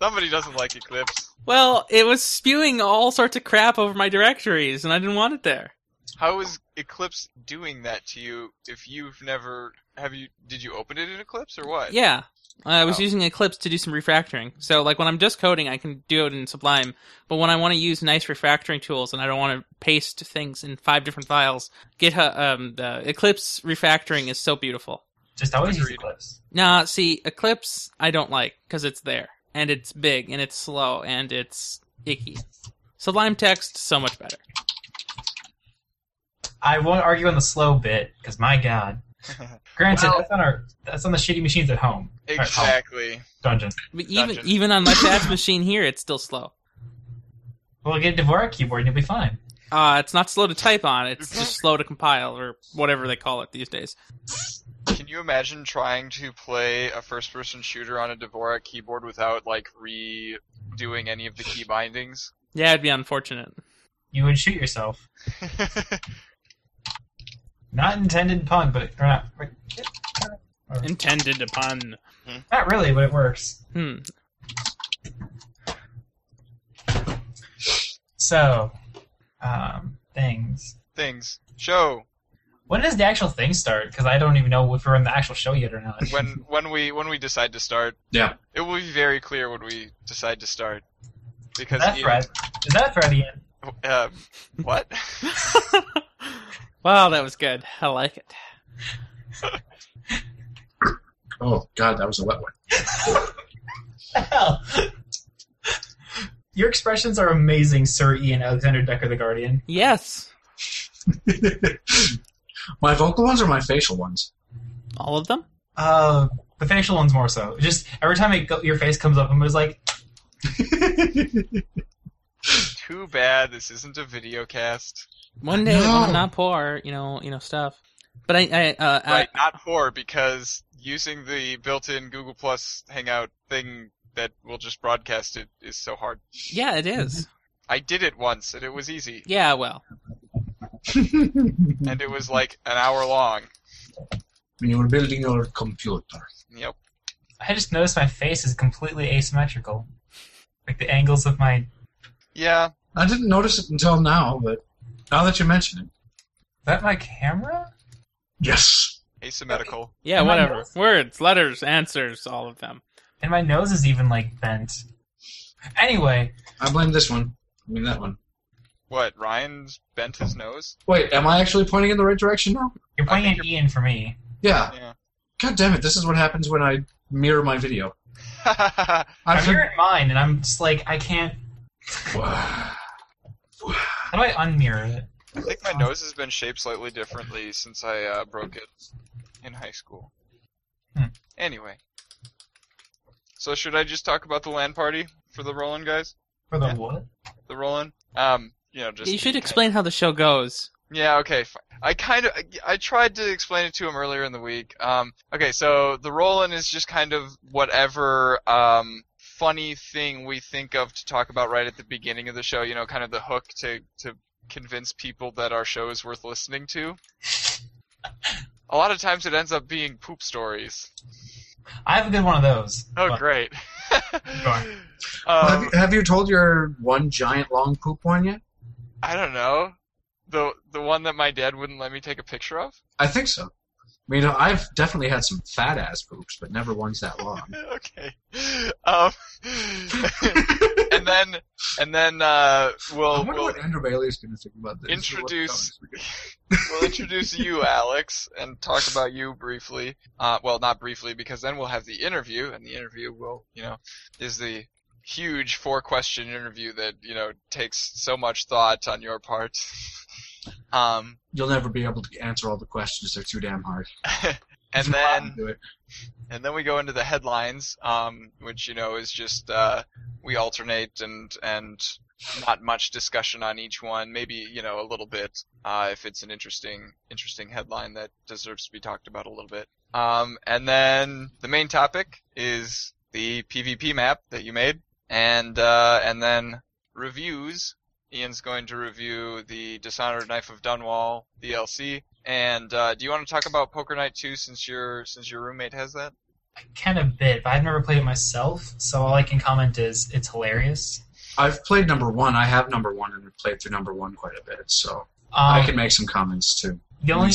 Somebody doesn't like Eclipse. Well, it was spewing all sorts of crap over my directories, and I didn't want it there. How is Eclipse doing that to you? If you've never, have you? Did you open it in Eclipse or what? Yeah. I was Oh. using Eclipse to do some refactoring. So, like, when I'm just coding, I can do it in Sublime. But when I want to use nice refactoring tools and I don't want to paste things in five different files, GitHub, um, the Eclipse refactoring is so beautiful. Just always use Agreed. Eclipse. Nah, see, Eclipse I don't like because it's there and it's big and it's slow and it's icky. Sublime Text so much better. I won't argue on the slow bit, because my god. Granted, Well- that's on our that's on the shitty machines at home. Exactly. Dungeon. But even Dungeon. even on my fast machine here, it's still slow. We'll get a Dvorak keyboard and you'll be fine. Uh, it's not slow to type on; it's just slow to compile or whatever they call it these days. Can you imagine trying to play a first-person shooter on a Dvorak keyboard without like redoing any of the key bindings? [laughs] Yeah, it'd be unfortunate. You would shoot yourself. Not intended pun, but or not, Intended upon. not really, but it works. Hmm. So, um, things. Things show When does the actual thing start? Because I don't even know if we're in the actual show yet or not. when when we when we decide to start. Yeah. It will be very clear when we decide to start because that Ian- thread is that thread Ian? um, what? [laughs] wow, that was good. I like it. Oh, God, that was a wet one. Hell, [laughs] your expressions are amazing, Sir Ian Alexander Decker, the Guardian. Yes, [laughs] my vocal ones or my facial ones? all of them. Uh, the facial ones more so. Just every time it go, your face comes up, I'm just like, Too bad this isn't a video cast. One No. day, when I'm not poor, you know, you know stuff. But I, I, uh, I- Right, not poor because using the built-in Google Plus Hangout thing that will just broadcast it is so hard. yeah, it is. I did it once and it was easy. Yeah, well, when and it was like an hour long. you were building your computer. Yep. I just noticed my face is completely asymmetrical. Like the angles of my. Yeah. I didn't notice it until now, but now that you mention it, Is that my camera? yes. Asymmetrical. Yeah, Am I whatever. nuts? Words, letters, answers, all of them. And my nose is even like bent. Anyway, I blame this one. I mean that one. What? Ryan's bent his nose? Wait, am I actually pointing in the right direction now? you're I playing think an Ian for me. Yeah. Yeah. [laughs] God damn it! This is what happens when I mirror my video. I I'm fig- mirroring mine, and I'm just like, I can't. [sighs] Wow. How do I unmirror it? I think my nose has been shaped slightly differently since I uh, broke it in high school. Hmm. Anyway. So should I just talk about the land party for the Roland guys? For the Yeah. what? The Roland? Um, you know, just you should explain how the show goes. Yeah, okay. fi- I kind of I tried to explain it to him earlier in the week. Um, okay, so the Roland is just kind of whatever um, funny thing we think of to talk about right at the beginning of the show. You know, kind of the hook to to convince people that our show is worth listening [laughs] to. A lot of times it ends up being poop stories. I have a good one of those. Oh, but- great. on. have, [laughs] um, you, have you told your one giant long poop one yet? I don't know the the one that my dad wouldn't let me take a picture of. I think so. I mean, I've definitely had some fat ass poops, but never ones that long. [laughs] okay. Um, [laughs] and then and then uh, I we'll wonder we'll, what Andrew Bailey is going to think about this. Introduce- we'll introduce you, Alex, and talk about you briefly. Uh, well, not briefly because then we'll have the interview, and the interview will you know is the huge four question interview that you know takes so much thought on your part. [laughs] Um, [laughs] You'll never be able to answer all the questions. They're too damn hard. and then Do it. and then we go into the headlines, um, which you know is just uh, we alternate and and not much discussion on each one. Maybe you know a little bit uh, if it's an interesting interesting headline that deserves to be talked about a little bit. Um, and then the main topic is the PvP map that you made, and uh, and then reviews. Ian's going to review the Dishonored Knife of Dunwall DLC. And uh, do you want to talk about Poker Night 2 since your since your roommate has that? Kind of bit, but I've never played it myself, so all I can comment is it's hilarious. I've played number one. I have number one, and I've played through number one quite a bit, so Um, I can make some comments too. the only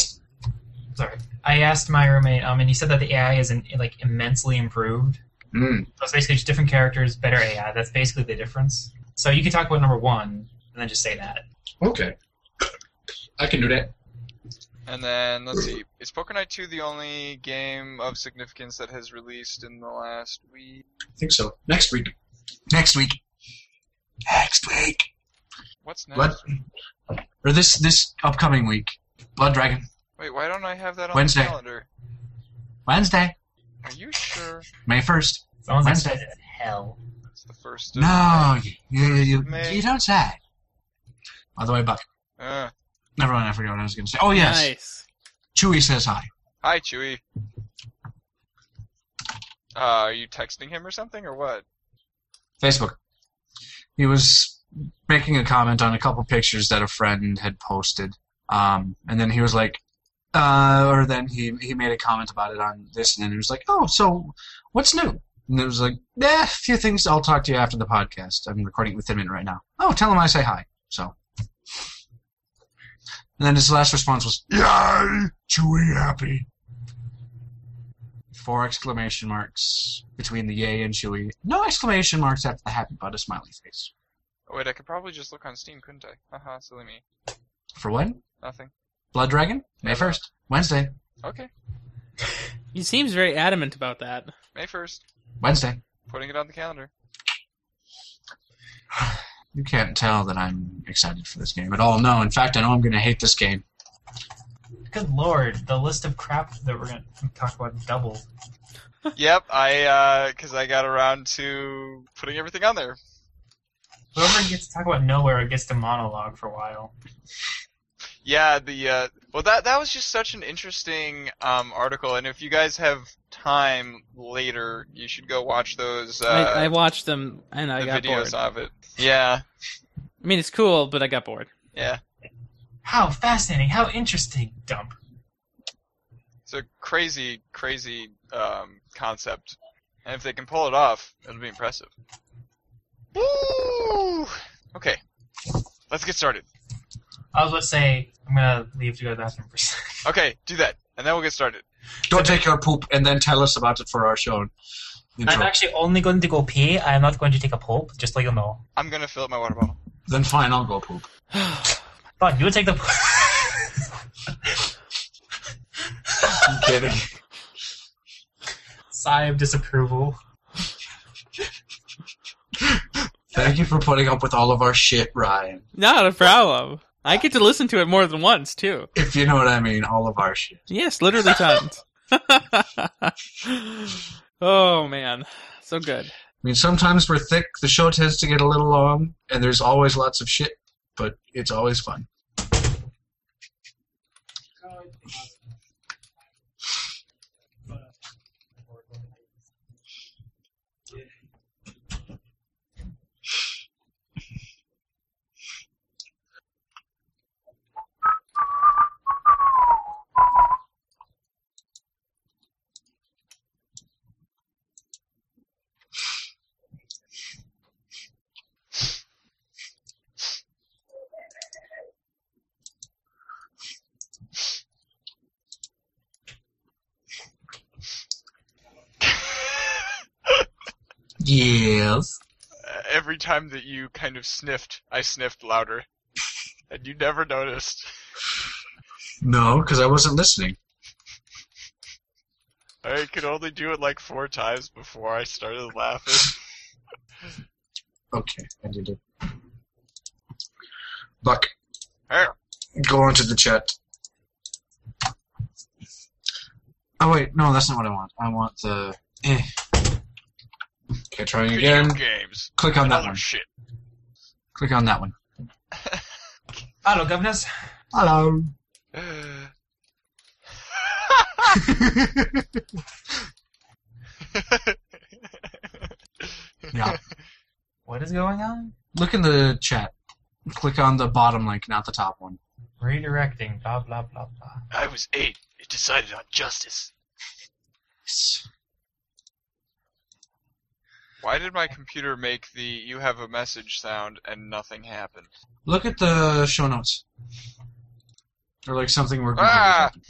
sorry, I asked my roommate, um, and he said that the AI is in, like immensely improved. Mm. So it's basically just different characters, better AI. That's basically the difference. So you can talk about number one, and then just say that. Okay, I can do that. And then let's [clears throat] see, is Poker Night 2 the only game of significance that has released in the last week? I think so. Next week. Next week. Next week. What's next? Blood, or this this upcoming week. Blood Dragon Wait, why don't I have that on Wednesday. the calendar? Wednesday, Are you sure May first. Someone's Wednesday. excited as hell. it's the first? of- No, you you, you, May. you don't say. By the way, Buck. Uh, Never mind. I forgot what I was going to say. Oh yes, Nice. Chewy says hi. hi, Chewy. Uh, are you texting him or something or what? Facebook. He was making a comment on a couple pictures that a friend had posted, um, and then he was like, uh, or then he he made a comment about it on this, and then he was like, oh, so what's new? And it was like, eh, a few things. I'll talk to you after the podcast. I'm recording with him in right now. Oh, tell him I say hi. So. And then his last response was, Yay! Chewy happy. Four exclamation marks between the yay and chewy. No exclamation marks after the happy but a smiley face. Oh, wait, I could probably just look on Steam, couldn't I? Haha, silly me. For when? Nothing. Blood Dragon? May 1st. Wednesday. Okay, He seems very adamant about that. May 1st. Wednesday. Putting it on the [laughs] calendar. You can't tell that I'm excited for this game at all. No, in fact, I know I'm going to hate this game. Good lord, the list of crap that we're gonna talk about doubled. yep, I, uh, cause I got around to putting everything on there. Whoever gets to talk about nowhere gets to monologue for a while. Yeah, the uh, well, that that was just such an interesting um, article, and if you guys have time later, you should go watch those uh, I, I watched them and I the got videos bored. of it. Yeah, I mean, it's cool, but I got bored. yeah. How fascinating! How interesting! Dump. It's a crazy, crazy um, concept, and if they can pull it off, it'll be impressive. Woo! Okay, let's get started. I was about to say I'm gonna leave to go to the bathroom for a second. Okay, do that, and then we'll get started. Don't take your poop and then tell us about it for our show. Intro. I'm actually only going to go pee. I am not going to take a poop. Just let you know. I'm gonna fill up my water bottle. Then fine, I'll go poop. Ron, you take the poop. [laughs] I'm kidding. Sigh of disapproval. Thank you for putting up with all of our shit, Ryan. Not a problem. I get to listen to it more than once too. If you know what I mean, all of our shit. Yes, literally tons. [laughs] oh man, so good. I mean, sometimes we're thick. The show tends to get a little long, and there's always lots of shit, but it's always fun. Yes. Uh, every time that you kind of sniffed, I sniffed louder, [laughs] and you never noticed. No, because I wasn't listening. I could only do it like four times before I started laughing. Okay, I did it. Buck, Hey, go onto the chat. Oh wait, no, that's not what I want. I want the. Eh. Okay, trying video again. [sighs] games. Click on that Another one. shit. Click on that one. Hello, governors. Hello. [laughs] yeah. What is going on? Look in the chat. Click on the bottom link, not the top one. Redirecting. Blah blah blah blah. I was eight. It decided on justice. Why did my computer make the "you have a message" sound and nothing happened? Look at the show notes. Or like something we're going Ah! to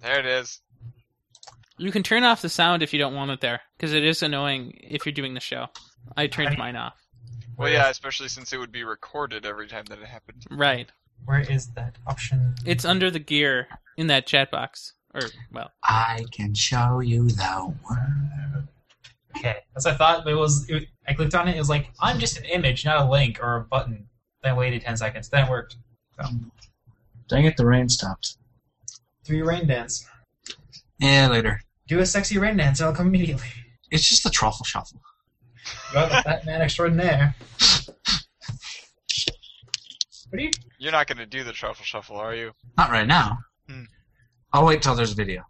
There it is. You can turn off the sound if you don't want it there, because it is annoying if you're doing the show. I turned mine off. Well, yeah, especially since it would be recorded every time that it happened. Right. Where is that option? It's under the gear in that chat box. Or well, I can show you the world. Okay, as I thought, it was. It, I clicked on it. It was like I'm just an image, not a link or a button. Then I waited ten seconds. Then it worked. Dang it, the rain stopped. Do your rain dance. Yeah, later. Do a sexy rain dance. and I'll come immediately. [laughs] It's just the truffle shuffle. Well, that man extraordinaire. What are you? You're not going to do the truffle shuffle, are you? Not right now. Hmm. I'll wait till there's video.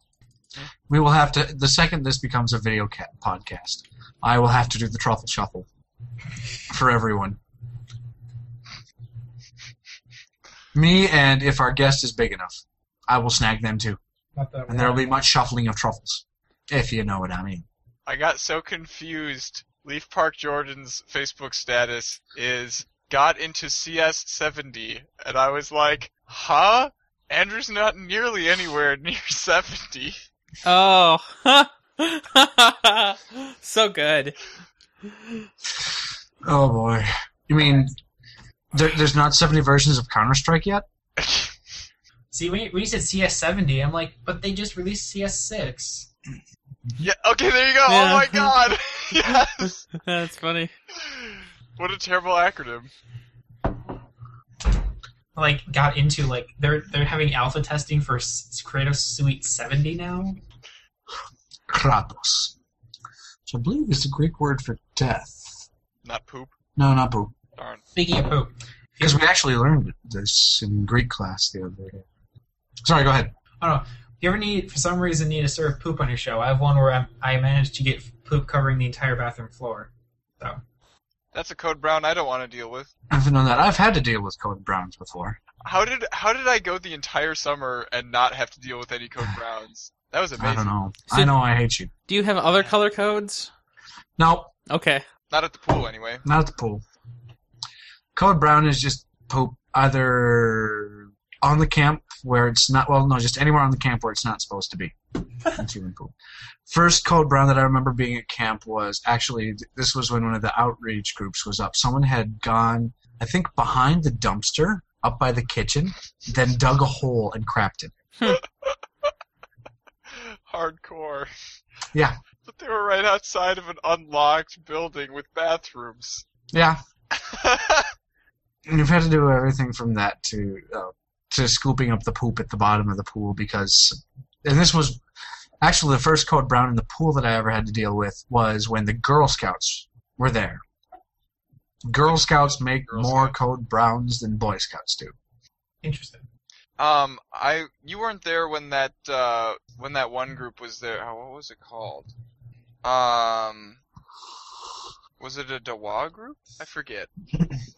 We will have to. The second this becomes a video ca- podcast, I will have to do the truffle shuffle for everyone. Me and if our guest is big enough, I will snag them too, Not that and there will be much shuffling of truffles, if you know what I mean. I got so confused. Leaf Park Jordan's Facebook status is got into CS70, and I was like, huh? Andrew's not nearly anywhere near [laughs] 70. oh, [laughs] so good. [laughs] Oh boy! You mean there, there's not 70 versions of Counter Strike yet? See, when you, when you said CS70, I'm like, but they just released CS6. yeah, okay, there you go. Yeah. Oh my [laughs] god. [laughs] yes. That's funny. What a terrible acronym. Like, got into like they're they're having alpha testing for S- Creative Suite 70 now. Kratos, which I believe is the Greek word for death. Not poop. No, not poop. Darn. Speaking of poop, Because we actually learned this in Greek class the other day. Sorry, go ahead. if you ever need for some reason need to serve poop on your show, I have one where I'm, I managed to get poop covering the entire bathroom floor. So That's a code brown I don't want to deal with. I've known that. I've had to deal with code browns before. How did how did I go the entire summer and not have to deal with any [sighs] code browns? That was amazing. I don't know. So- I know I hate you. Do you have other color codes? No, Okay. Not at the pool anyway. [gasps] not at the pool. Code brown is just poop either on the camp where it's not well no, just anywhere on the camp where it's not supposed to be. It's human poop. First code brown that I remember being at camp was actually th- this was when one of the outreach groups was up. Someone had gone I think behind the dumpster up by the kitchen, then dug a hole and crapped it. Hardcore. Yeah. But they were right outside of an unlocked building with bathrooms. [laughs] Yeah. And you've had to do everything from that to uh, to scooping up the poop at the bottom of the pool because, and this was actually the first code brown in the pool that I ever had to deal with was when the Girl Scouts were there. Girl Scouts make Girl more code browns than Boy Scouts do. Interesting. Um, I you weren't there when that uh when that one group was there. Oh, what was it called? Um, was it a Dawa group? I forget.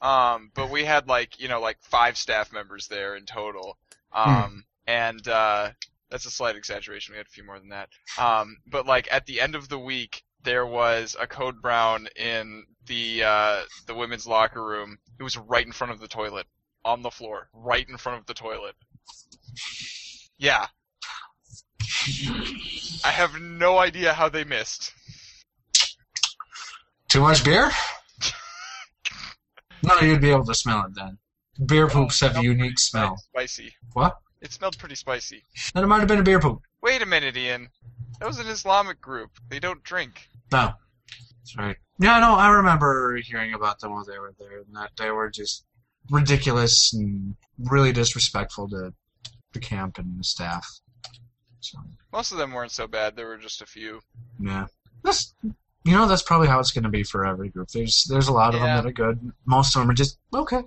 um, but we had like you know like five staff members there in total. Um, and uh, that's a slight exaggeration. We had a few more than that. Um, but like at the end of the week, there was a code brown in the uh the women's locker room. It was right in front of the toilet on the floor, right in front of the toilet. Yeah. I have no idea how they missed. Too much beer? no, you'd be able to smell it then. Beer poops have a unique smell. Spicy. What? It smelled pretty spicy. Then it might have been a beer poop. Wait a minute, Ian. That was an Islamic group. They don't drink. No. That's right. Yeah, no, I remember hearing about them while they were there, and that they were just ridiculous and really disrespectful to the camp and the staff. So, Most of them weren't so bad. There were just a few. yeah. That's, you know, that's probably how it's going to be for every group. There's there's a lot of Yeah. them that are good. Most of them are just, okay,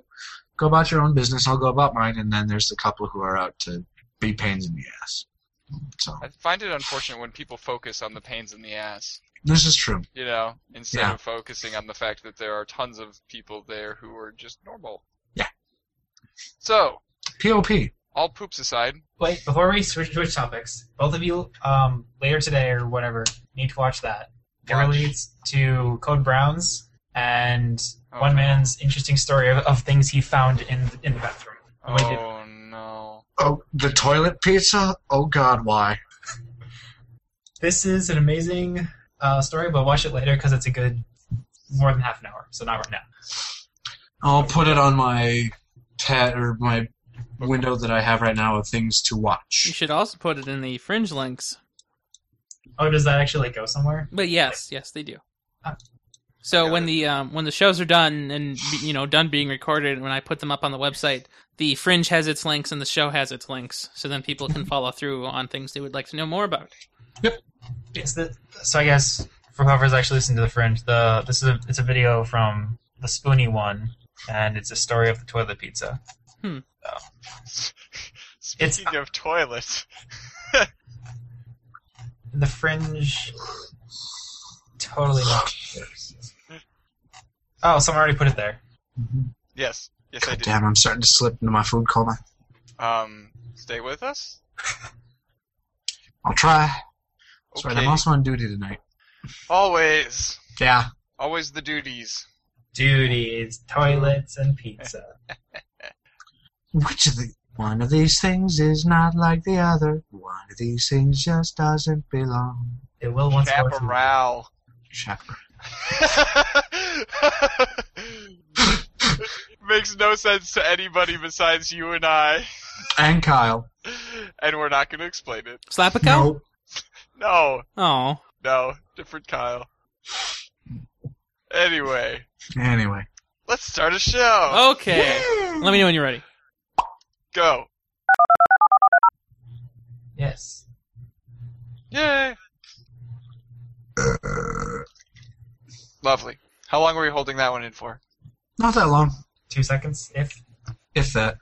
go about your own business, I'll go about mine, and then there's the couple who are out to be pains in the ass. So, I find it unfortunate when people focus on the pains in the ass, this is true. you know, instead Yeah. of focusing on the fact that there are tons of people there who are just normal. Yeah. So, POP. all poops aside, Wait, before we switch, switch topics, both of you um, later today or whatever need to watch that. It Watch. relates to Code Browns and Oh, one no. man's interesting story of, of things he found in in the bathroom. And what he did. Oh no. Oh, the toilet pizza? Oh, God, why? This is an amazing uh, story, but watch it later because it's a good more than half an hour. So not right now. I'll put it on my pad or my window that I have right now of things to You watch. should also put it in the fringe links. Oh, does that actually go somewhere? But yes, yes, they do. Ah. So Got when it. the um, when the shows are done and you know done being recorded, when I put them up on the website, the fringe has its links and the show has its links, so then people can follow through on things they would like to know more about. It's the, so I guess for whoever's actually listening to the fringe, the this is a, it's a video from the Spoony one, and it's a story of the toilet pizza. It's- Speaking of toilets, The fringe totally not. Oh, someone already put it there. yes, Mm-hmm. yes, I God did. damn, I'm starting to slip into my food coma. Um, stay with us. I'll try. That's Okay. right, I'm also on duty tonight. Always, Yeah. always the duties. Duties, toilets, and pizza. Which of the. One of these things is not like the other. One of these things just doesn't belong. It will once more. to- [laughs] Chaparral. Chaperone. [laughs] Makes no sense to anybody besides you and I, And Kyle. and we're not going to explain it. Slap a cow? Nope. No, Oh, no, different Kyle. Anyway, Anyway. let's start a show. Oh. okay. Let me know when you're ready. Go. Yes. Yay. Lovely. How long were you holding that one in for? Not that long, Two seconds, if if that.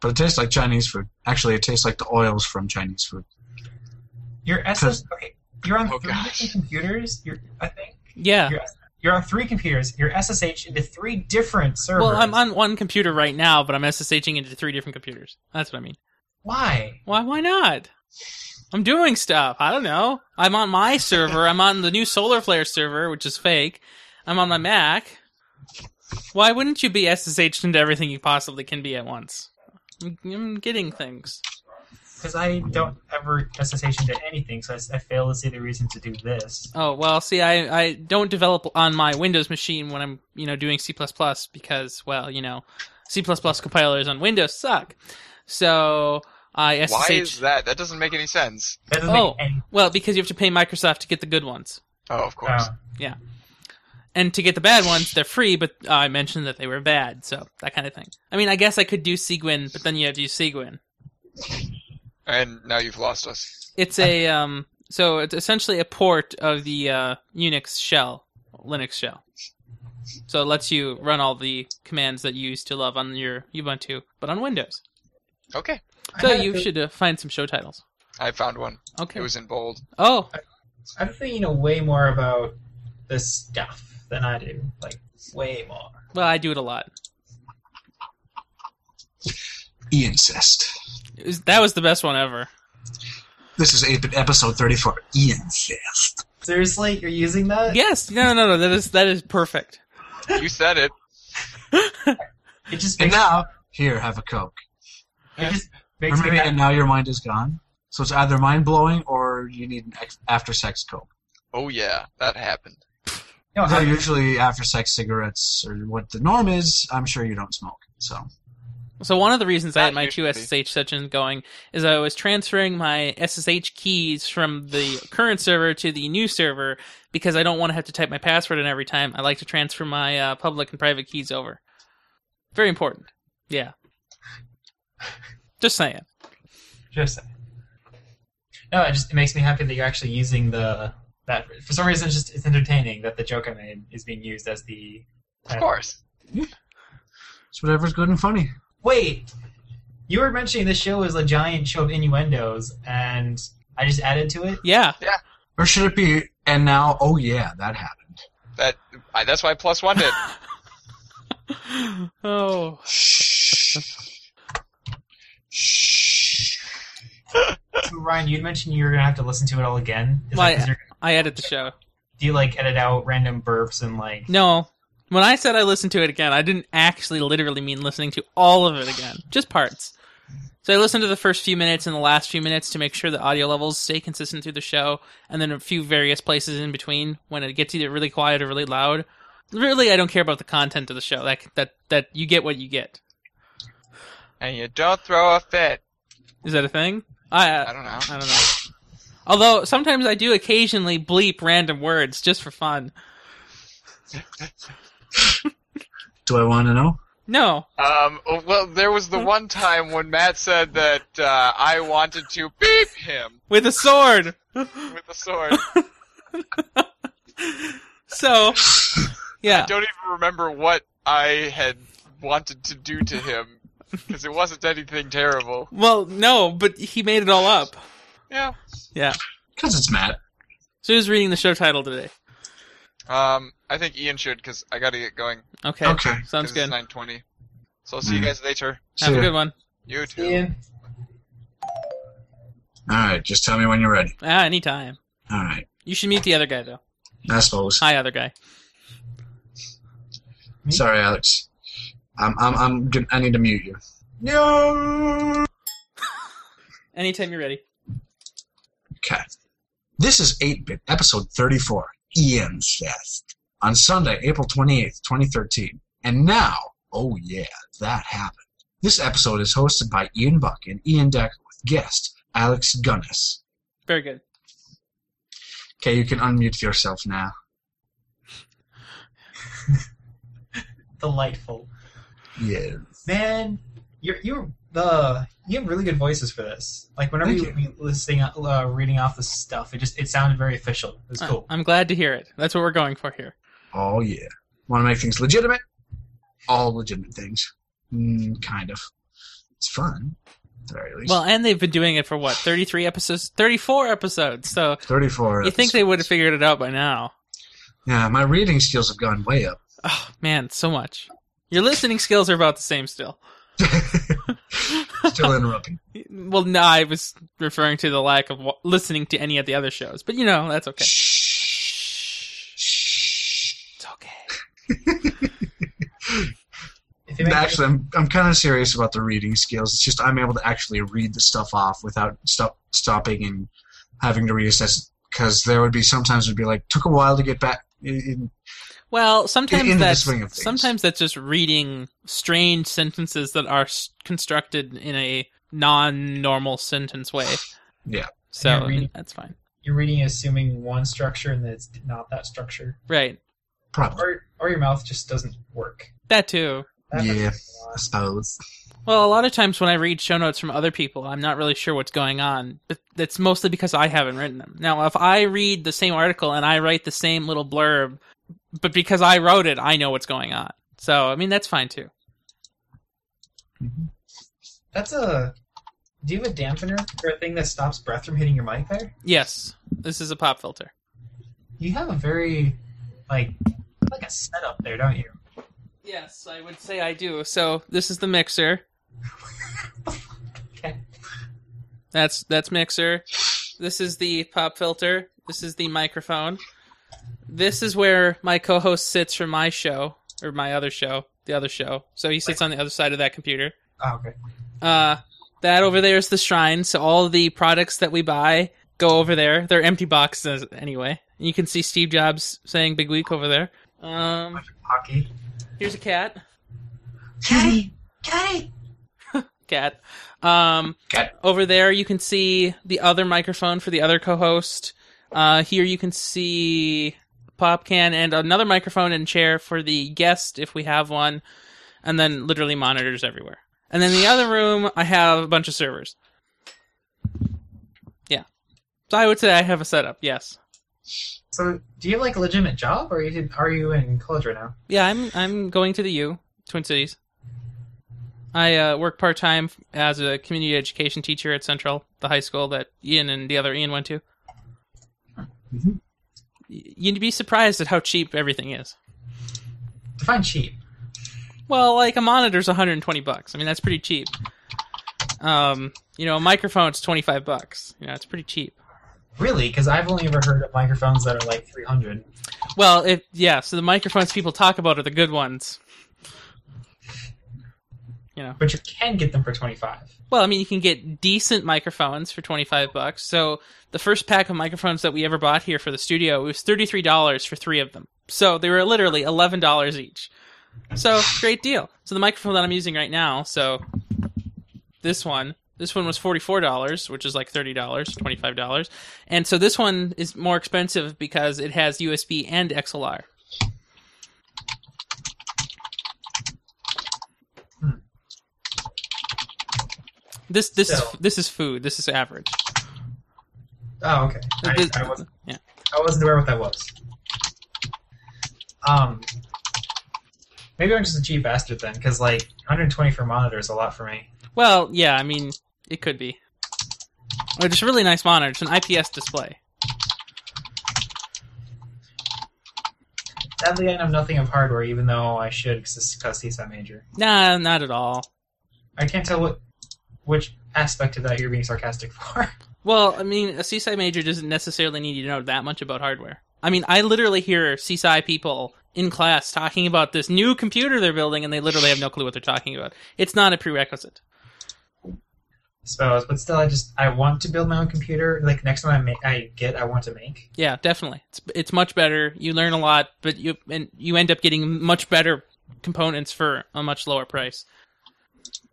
But it tastes like Chinese food. Actually, it tastes like the oils from Chinese food. your essence. Okay, you're on Oh, three gosh. different computers. You're, I think Yeah. you're, You're on three computers. You're SSH into three different servers. Well, I'm on one computer right now, but I'm SSHing into three different computers. That's what I mean. Why? Why? Why not? I'm doing stuff. I don't know. I'm on my server. I'm on the new Solar Flare server, which is fake. I'm on my Mac. Why wouldn't you be SSH'd into everything you possibly can be at once? I'm- I'm getting things. Because I don't ever SSH into anything, so I, s- I fail to see the reason to do this. Oh well, see, I, I don't develop on my Windows machine when I'm you know doing C because well you know C compilers on Windows suck. So I SSH. Why is that? That doesn't make any sense. That doesn't Oh. make any. Well, because you have to pay Microsoft to get the good ones, Oh, of course. oh. and to get the bad ones, they're free. But uh, I mentioned that they were bad, so that kind of thing. I mean, I guess I could do Cguin, but then you have to use Cguin. And now you've lost us. [laughs] It's a um, so it's essentially a port of the uh, Unix shell, Linux shell. So it lets you run all the commands that you used to love on your Ubuntu, but on Windows. Okay, So I had a you feel- should uh, find some show titles. I found one. Okay. It was in bold. oh, I think you know way more about this stuff than I do. Like way more. well, I do it a lot. Incest. It was- that was the best one ever. This is 8 bit episode 34. Incest. Seriously, you're using Uh, that? Yes. No, no, no. That is that is perfect. You said it. It just And makes, now, here, have a Coke. it just Or makes me maybe, mad. and now your mind is gone. So it's either mind blowing or you need an ex- after sex Coke. Oh yeah, that happened. [laughs] No, Those are I- usually after sex cigarettes or what the norm is. I'm sure you don't smoke. So So one of the reasons I had That my used two to SSH sessions going is I was transferring my SSH keys from [sighs] the current server to the new server because I don't want to have to type my password in every time. I like to transfer my uh, public and private keys over. Very important. [laughs] Yeah. Just saying. Just no, it just it makes me happy that you're actually using the that for some reason. It's just it's entertaining that the joke I made is being used as the. Of course. it's whatever's good and funny. Wait, you were mentioning this show is a giant show of innuendos, and I just added to it. [laughs] Yeah. Or should it be? And now, oh yeah, that happened. That I, that's why [laughs] plus one did. Oh. So, Ryan, you'd mentioned you were gonna have to listen to it all again. Is Why- that 'cause you're- I edit the show. do you like edit out random burps and like? No. When I said I listened to it again, I didn't actually literally mean listening to all of it again, just parts. So I listened to the first few minutes and the last few minutes to make sure the audio levels stay consistent through the show, and then a few various places in between when it gets either really quiet or really loud. Really, I don't care about the content of the show. That that that you get what you get. And you don't throw a fit. Is that a thing? I I don't know. I don't know. Although sometimes I do occasionally bleep random words just for fun. Do I want to know? No, Um, well, there was the one time when Matt said that uh, I wanted to beep him with a sword. with [laughs] a sword. So, yeah. I don't even remember what I had wanted to do to him because it wasn't anything terrible. Well, no, but he made it all up. Yeah. Because it's Matt. So he was reading the show title today. Um, I think Ian should because I got to get going. Okay. Okay. Sounds 'cause it's good. 9:20. So I'll see you guys later. See Have a ya. good one. You too. Yeah. All right. Just tell me when you're ready. Ah, anytime. All right. You should meet the other guy, though. I suppose. Hi, other guy. Me? Sorry, Alex. I'm. I'm. I'm. Gonna, I need to mute you. Anytime you're ready. Okay. This is 8 Bit, episode 34, Ian's Death, on Sunday, April 28th, 2013. And now, oh yeah, that happened. This episode is hosted by Ian Buck and Ian Decker with guest Alex Gunnis. Very good. Okay, you can unmute yourself now. Delightful. Yeah. Man, you're you're the you have really good voices for this. Like whenever Thank you, you listening uh, reading off the stuff, it just it sounded very official. It was cool. I- Ah, I'm glad to hear it. That's what we're going for here. Oh yeah. Want to make things legitimate? All legitimate things. Mm, kind of. It's fun. At the very least. Well, and they've been doing it for what, 33 episodes? 34 episodes. So 34. you think they would have figured it out by now. Yeah, my reading skills have gone way up. Oh man, so much. Your listening skills are about the same still. Still interrupting. Well, no, I was referring to the lack of wa- listening to any of the other shows, but you know that's okay. It's okay. If you make Actually, I'm, I'm kind of serious about the reading skills. It's just I'm able to actually read the stuff off without stop, stopping and having to reassess it. Because there would be sometimes it would be like, took a while to get back. It- it- Well, sometimes into the that's swing of things. sometimes that's just reading strange sentences that are s- constructed in a non-normal sentence way. [sighs] Yeah. So Yeah, reading. that's fine. you're reading assuming one structure and that it's not that structure, Right. Probably. or or your mouth just doesn't work. That too. That Yeah, happens a I lot. suppose. Well, a lot of times when I read show notes from other people, I'm not really sure what's going on, but that's mostly because I haven't written them. Now, if I read the same article and I write the same little blurb, but because I wrote it, I know what's going on. So, I mean, that's fine too. That's a. Do you have a dampener or a thing that stops breath from hitting your mic there? Yes, this is a pop filter. You have a very, like, like a setup there, don't you? Yes, I would say I do. So, this is the mixer. Okay. That's that's mixer. This is the pop filter. This is the microphone. This is where my co-host sits for my show or my other show, the other show. So he sits on the other side of that computer. Oh, okay. Uh, that over there is the shrine. So all the products that we buy go over there. They're empty boxes anyway. You can see Steve Jobs saying "Big Week" over there. Um, Hockey. here's a cat. Caddy, caddy. cat. Um, Over there, you can see the other microphone for the other co-host. Uh, here, you can see pop can and another microphone and chair for the guest if we have one, and then literally monitors everywhere. And then the other room, I have a bunch of servers. Yeah, so I would say I have a setup. Yes, So, do you have like a legitimate job, or are you are you in college right now? yeah, I'm I'm going to the U, Twin Cities. I uh, work part time as a community education teacher at Central, the high school that Ian and the other Ian went to. Mhm. Y- You'd be surprised at how cheap everything is. Define cheap. Well, like a monitor's 120 bucks. I mean, that's pretty cheap. Um, you know, a microphone's 25 bucks. You know, it's pretty cheap. Really? Because I've only ever heard of microphones that are like 300. Well, if yeah, so the microphones people talk about are the good ones. But you can get them for 25. Well, I mean, you can get decent microphones for 25 bucks. So, the first pack of microphones that we ever bought here for the studio was $33 for 3 of them. So, they were literally $11 each. So, great deal. So, the microphone that I'm using right now, so this one, this one was $44, which is like $30, $25. And so this one is more expensive because it has USB and XLR. Hmm. This this is, So- this is food. This is average. Oh, okay. I, This- I, wasn't, yeah. I wasn't aware what that was. Um, maybe I'm just a cheap bastard then, because like 120 for a monitor is a lot for me. Well, yeah, I mean, it could be. But it's a really nice monitor. It's an IPS display. Sadly, I know nothing of hardware, even though I should, because CSAT major. Nah, not at all. I can't tell what which aspect of that you're being sarcastic [laughs] for. Well, I mean, a CSI major doesn't necessarily need you to know that much about hardware. I mean, I literally hear CSI people in class talking about this new computer they're building, and they literally have no clue what they're talking about. It's not a prerequisite. suppose, but still, I just I want to build my own computer. Like next time I make, I get, I want to make. Yeah, definitely. It's it's much better. You learn a lot, but you and you end up getting much better components for a much lower price.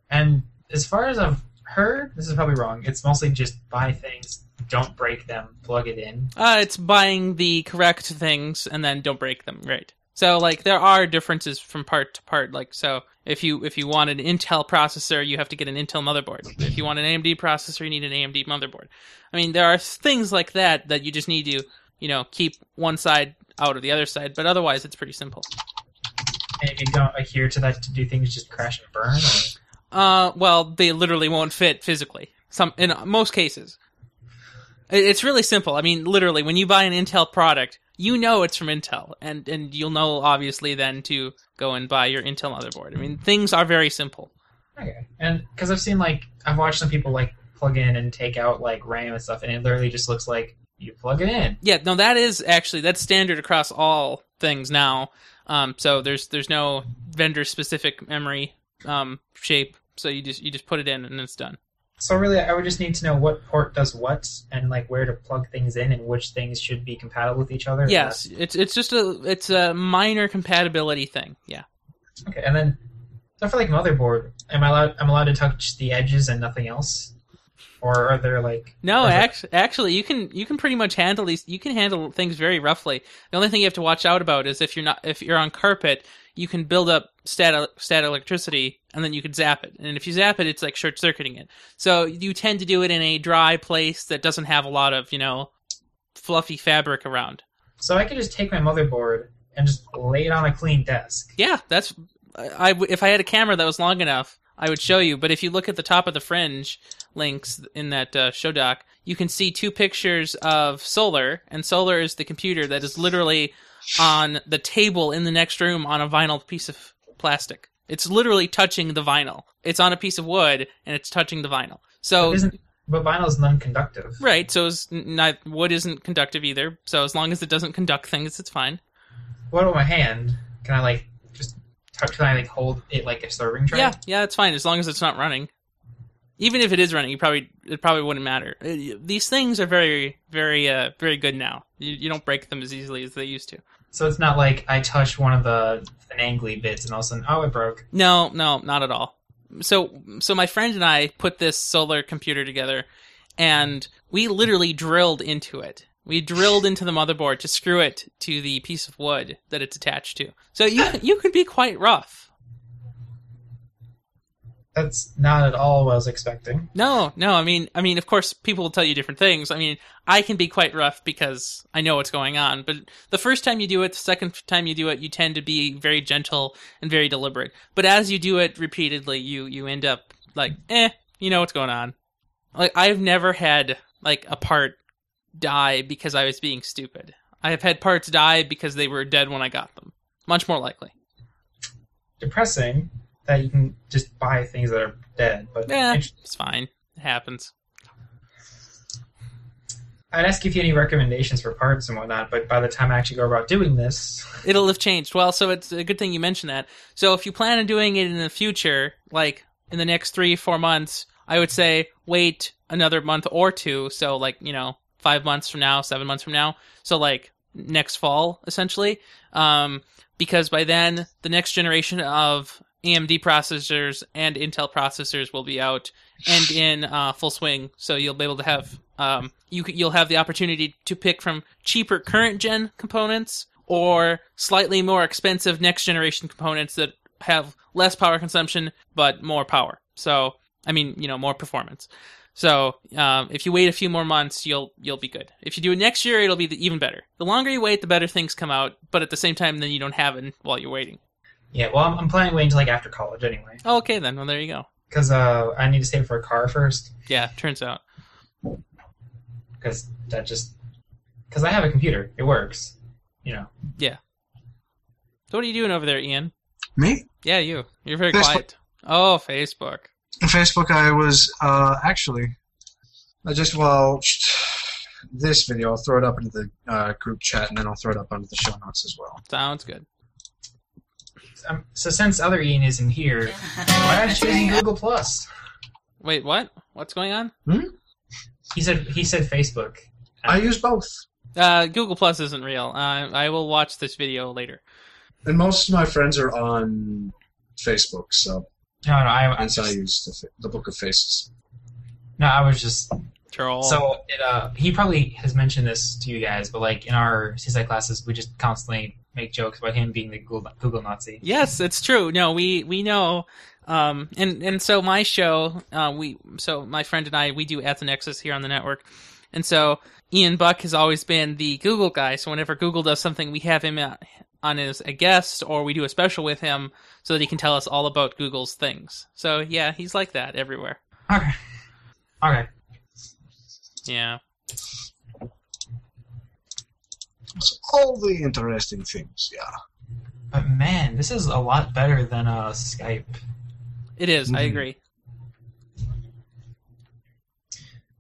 And as far as I've heard, this is probably wrong. It's mostly just buy things, don't break them, plug it in. Uh, it's buying the correct things and then don't break them, right? So like there are differences from part to part. Like so, if you if you want an Intel processor, you have to get an Intel motherboard. If you want an AMD processor, you need an AMD motherboard. I mean, there are things like that that you just need to you know keep one side out of the other side, but otherwise it's pretty simple. And if you don't adhere to that, to do things just crash and burn. Or... Uh, well, they literally won't fit physically. Some in most cases. It- It's really simple. I mean, literally, when you buy an Intel product, you know it's from Intel, and and you'll know obviously then to go and buy your Intel motherboard. I mean, things are very simple. Okay. And because I've seen like I've watched some people like plug in and take out like RAM and stuff, and it literally just looks like you plug it in. Yeah, no, that is actually that's standard across all things now. Um, so there's there's no vendor specific memory um, shape. So you just you just put it in and it's done. So really, I would just need to know what port does what, and like where to plug things in, and which things should be compatible with each other. Yes, it's it's just a it's a minor compatibility thing. Yeah. Okay. And then stuff for like motherboard. Am I allowed? I'm allowed to touch the edges and nothing else, or are there like No, Perfect. act- actually, you can you can pretty much handle these. You can handle things very roughly. The only thing you have to watch out about is if you're not if you're on carpet, you can build up stat stat electricity, and then you can zap it. And if you zap it, it's like short circuiting it. So you tend to do it in a dry place that doesn't have a lot of you know fluffy fabric around. So I could just take my motherboard and just lay it on a clean desk. Yeah, that's. I, I w- if I had a camera that was long enough, I would show you. But if you look at the top of the fringe links in that uh, show doc, you can see two pictures of Solar, and Solar is the computer that is literally on the table in the next room on a vinyl piece of plastic. It's literally touching the vinyl. It's on a piece of wood, and it's touching the vinyl. So It isn't, but vinyl is non-conductive. right, so it's n- not, wood isn't conductive either. So as long as it doesn't conduct things, it's fine. What about my hand? Can I like just touch? Can I like hold it like a serving tray? Yeah, yeah, it's fine as long as it's not running. Even if it is running, you probably it probably wouldn't matter. Uh, These things are very, very, uh, very good now. You, you don't break them as easily as they used to. So it's not like I touch one of the finagly bits and all of a sudden, oh, it broke. No, no, not at all. So, so my friend and I put this solar computer together, and we literally drilled into it. We drilled into the motherboard to screw it to the piece of wood that it's attached to. So you you can be quite rough. That's not at all what I was expecting. No, no. I mean, I mean, of course, people will tell you different things. I mean, I can be quite rough because I know what's going on. But the first time you do it, the second time you do it, you tend to be very gentle and very deliberate. But as you do it repeatedly, you you end up like, eh, you know what's going on. Like I've never had like a part die because I was being stupid. I have had parts die because they were dead when I got them. Much more likely. Depressing that you can just buy things that are dead. But Yeah, it's fine. It happens. I'd ask if you had any recommendations for parts and whatnot. But by the time I actually go about doing this, it'll have changed. Well, so it's a good thing you mentioned that. So if you plan on doing it in the future, like in the next three, four months, I would say wait another month or two. So like, you know, five months from now, seven months from now. So like next fall, essentially. Um, because by then the next generation of AMD processors and Intel processors will be out and in uh, full swing. So you'll be able to have um, you c- you'll have the opportunity to pick from cheaper current gen components or slightly more expensive next generation components that have less power consumption but more power. So I mean, you know, more performance. So um, if you wait a few more months, you'll you'll be good. If you do it next year, it'll be the, even better. The longer you wait, the better things come out. But at the same time, then you don't have it while you're waiting. yeah. Well, I'm, I'm planning waiting until like after college anyway, Okay, then. Well, there you go. because uh, I need to save for a car first. Yeah, turns out. because that just because I have a computer, it works. You know, So what are you doing over there, Ian? Me? Yeah, you. You're very Facebook. quiet. Oh, Facebook. Facebook, I was uh, actually. I just well, this video. I'll throw it up into the uh, group chat, and then I'll throw it up under the show notes as well. Sounds good. um, so since other Ian isn't here, why aren't you using Google Plus? Wait, what? What's going on? He said he said Facebook. I use both, Uh, Google Plus isn't real. Uh, I will watch this video later. and most of my friends are on Facebook, so No, no, I, I and so I just, use the, fa- the Book of Faces. no, I was just Troll. so it, uh, he probably has mentioned this to you guys, but like in our CSI classes, we just constantly make jokes about him being the Google, Google Nazi. Yes, it's true. No, we we know. Um, and and so my show, uh, we so my friend and I we do at the Nexus here on the network, and so Ian Buck has always been the Google guy. So whenever Google does something, we have him uh, on as a guest, or we do a special with him so that he can tell us all about Google's things. So yeah, he's like that everywhere. Okay, okay. Yeah. So all the interesting things, yeah. But man, this is a lot better than uh, Skype. It is, I Mhm. agree.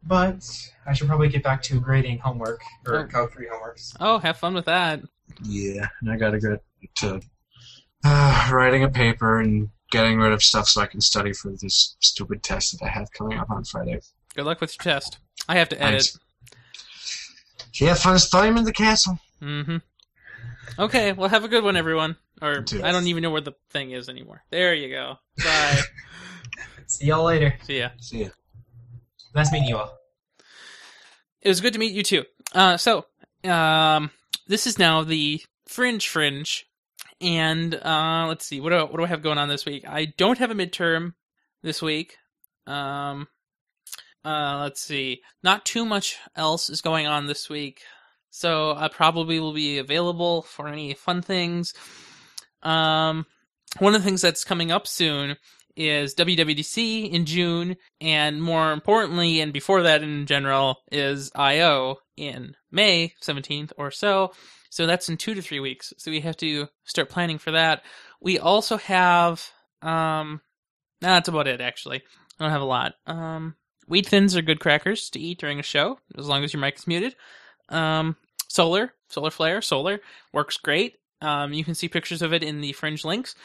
But I should probably get back to grading homework or Oh. code three homeworks. Oh, have fun with that. Yeah, and I gotta get to uh, writing a paper and getting rid of stuff so I can study for this stupid test that I have coming up on Friday. Good luck with your test. I have to edit. She had fun time in the castle. Mm-hmm. Okay, well, have a good one, everyone. Or Yes. I don't even know where the thing is anymore. There you go. Bye. See y'all later. See ya. See ya. Nice meeting you all. It was good to meet you too. Uh, so, um, this is now the fringe fringe, and uh, let's see what do, what do I have going on this week? I don't have a midterm this week. Um, uh, let's see, not too much else is going on this week, so I probably will be available for any fun things. Um, one of the things that's coming up soon is WWDC in June, and more importantly, and before that in general, is I/O in May 17th or so. So that's in two to three weeks. So we have to start planning for that. We also have, um, nah, that's about it actually. I don't have a lot. Um, wheat thins are good crackers to eat during a show, as long as your mic is muted. Um, solar, solar flare, solar works great. Um, you can see pictures of it in the fringe links.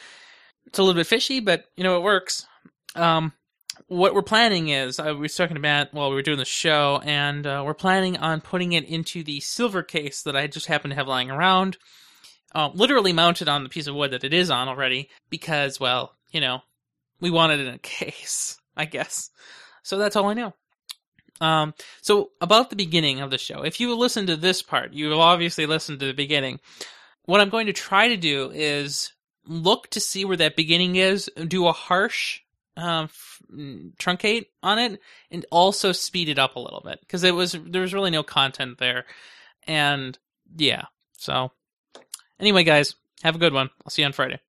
It's a little bit fishy, but you know it works. Um, what we're planning is I was talking about while we were doing the show, and uh, we're planning on putting it into the silver case that I just happen to have lying around, uh, literally mounted on the piece of wood that it is on already, because well, you know, we wanted it in a [laughs] case, I guess. So that's all I know. Um, so about the beginning of the show, if you listen to this part, you have obviously listened to the beginning. What I'm going to try to do is look to see where that beginning is, do a harsh um, f- mm, truncate on it and also speed it up a little bit because it was there was really no content there and yeah so anyway guys have a good one i'll see you on friday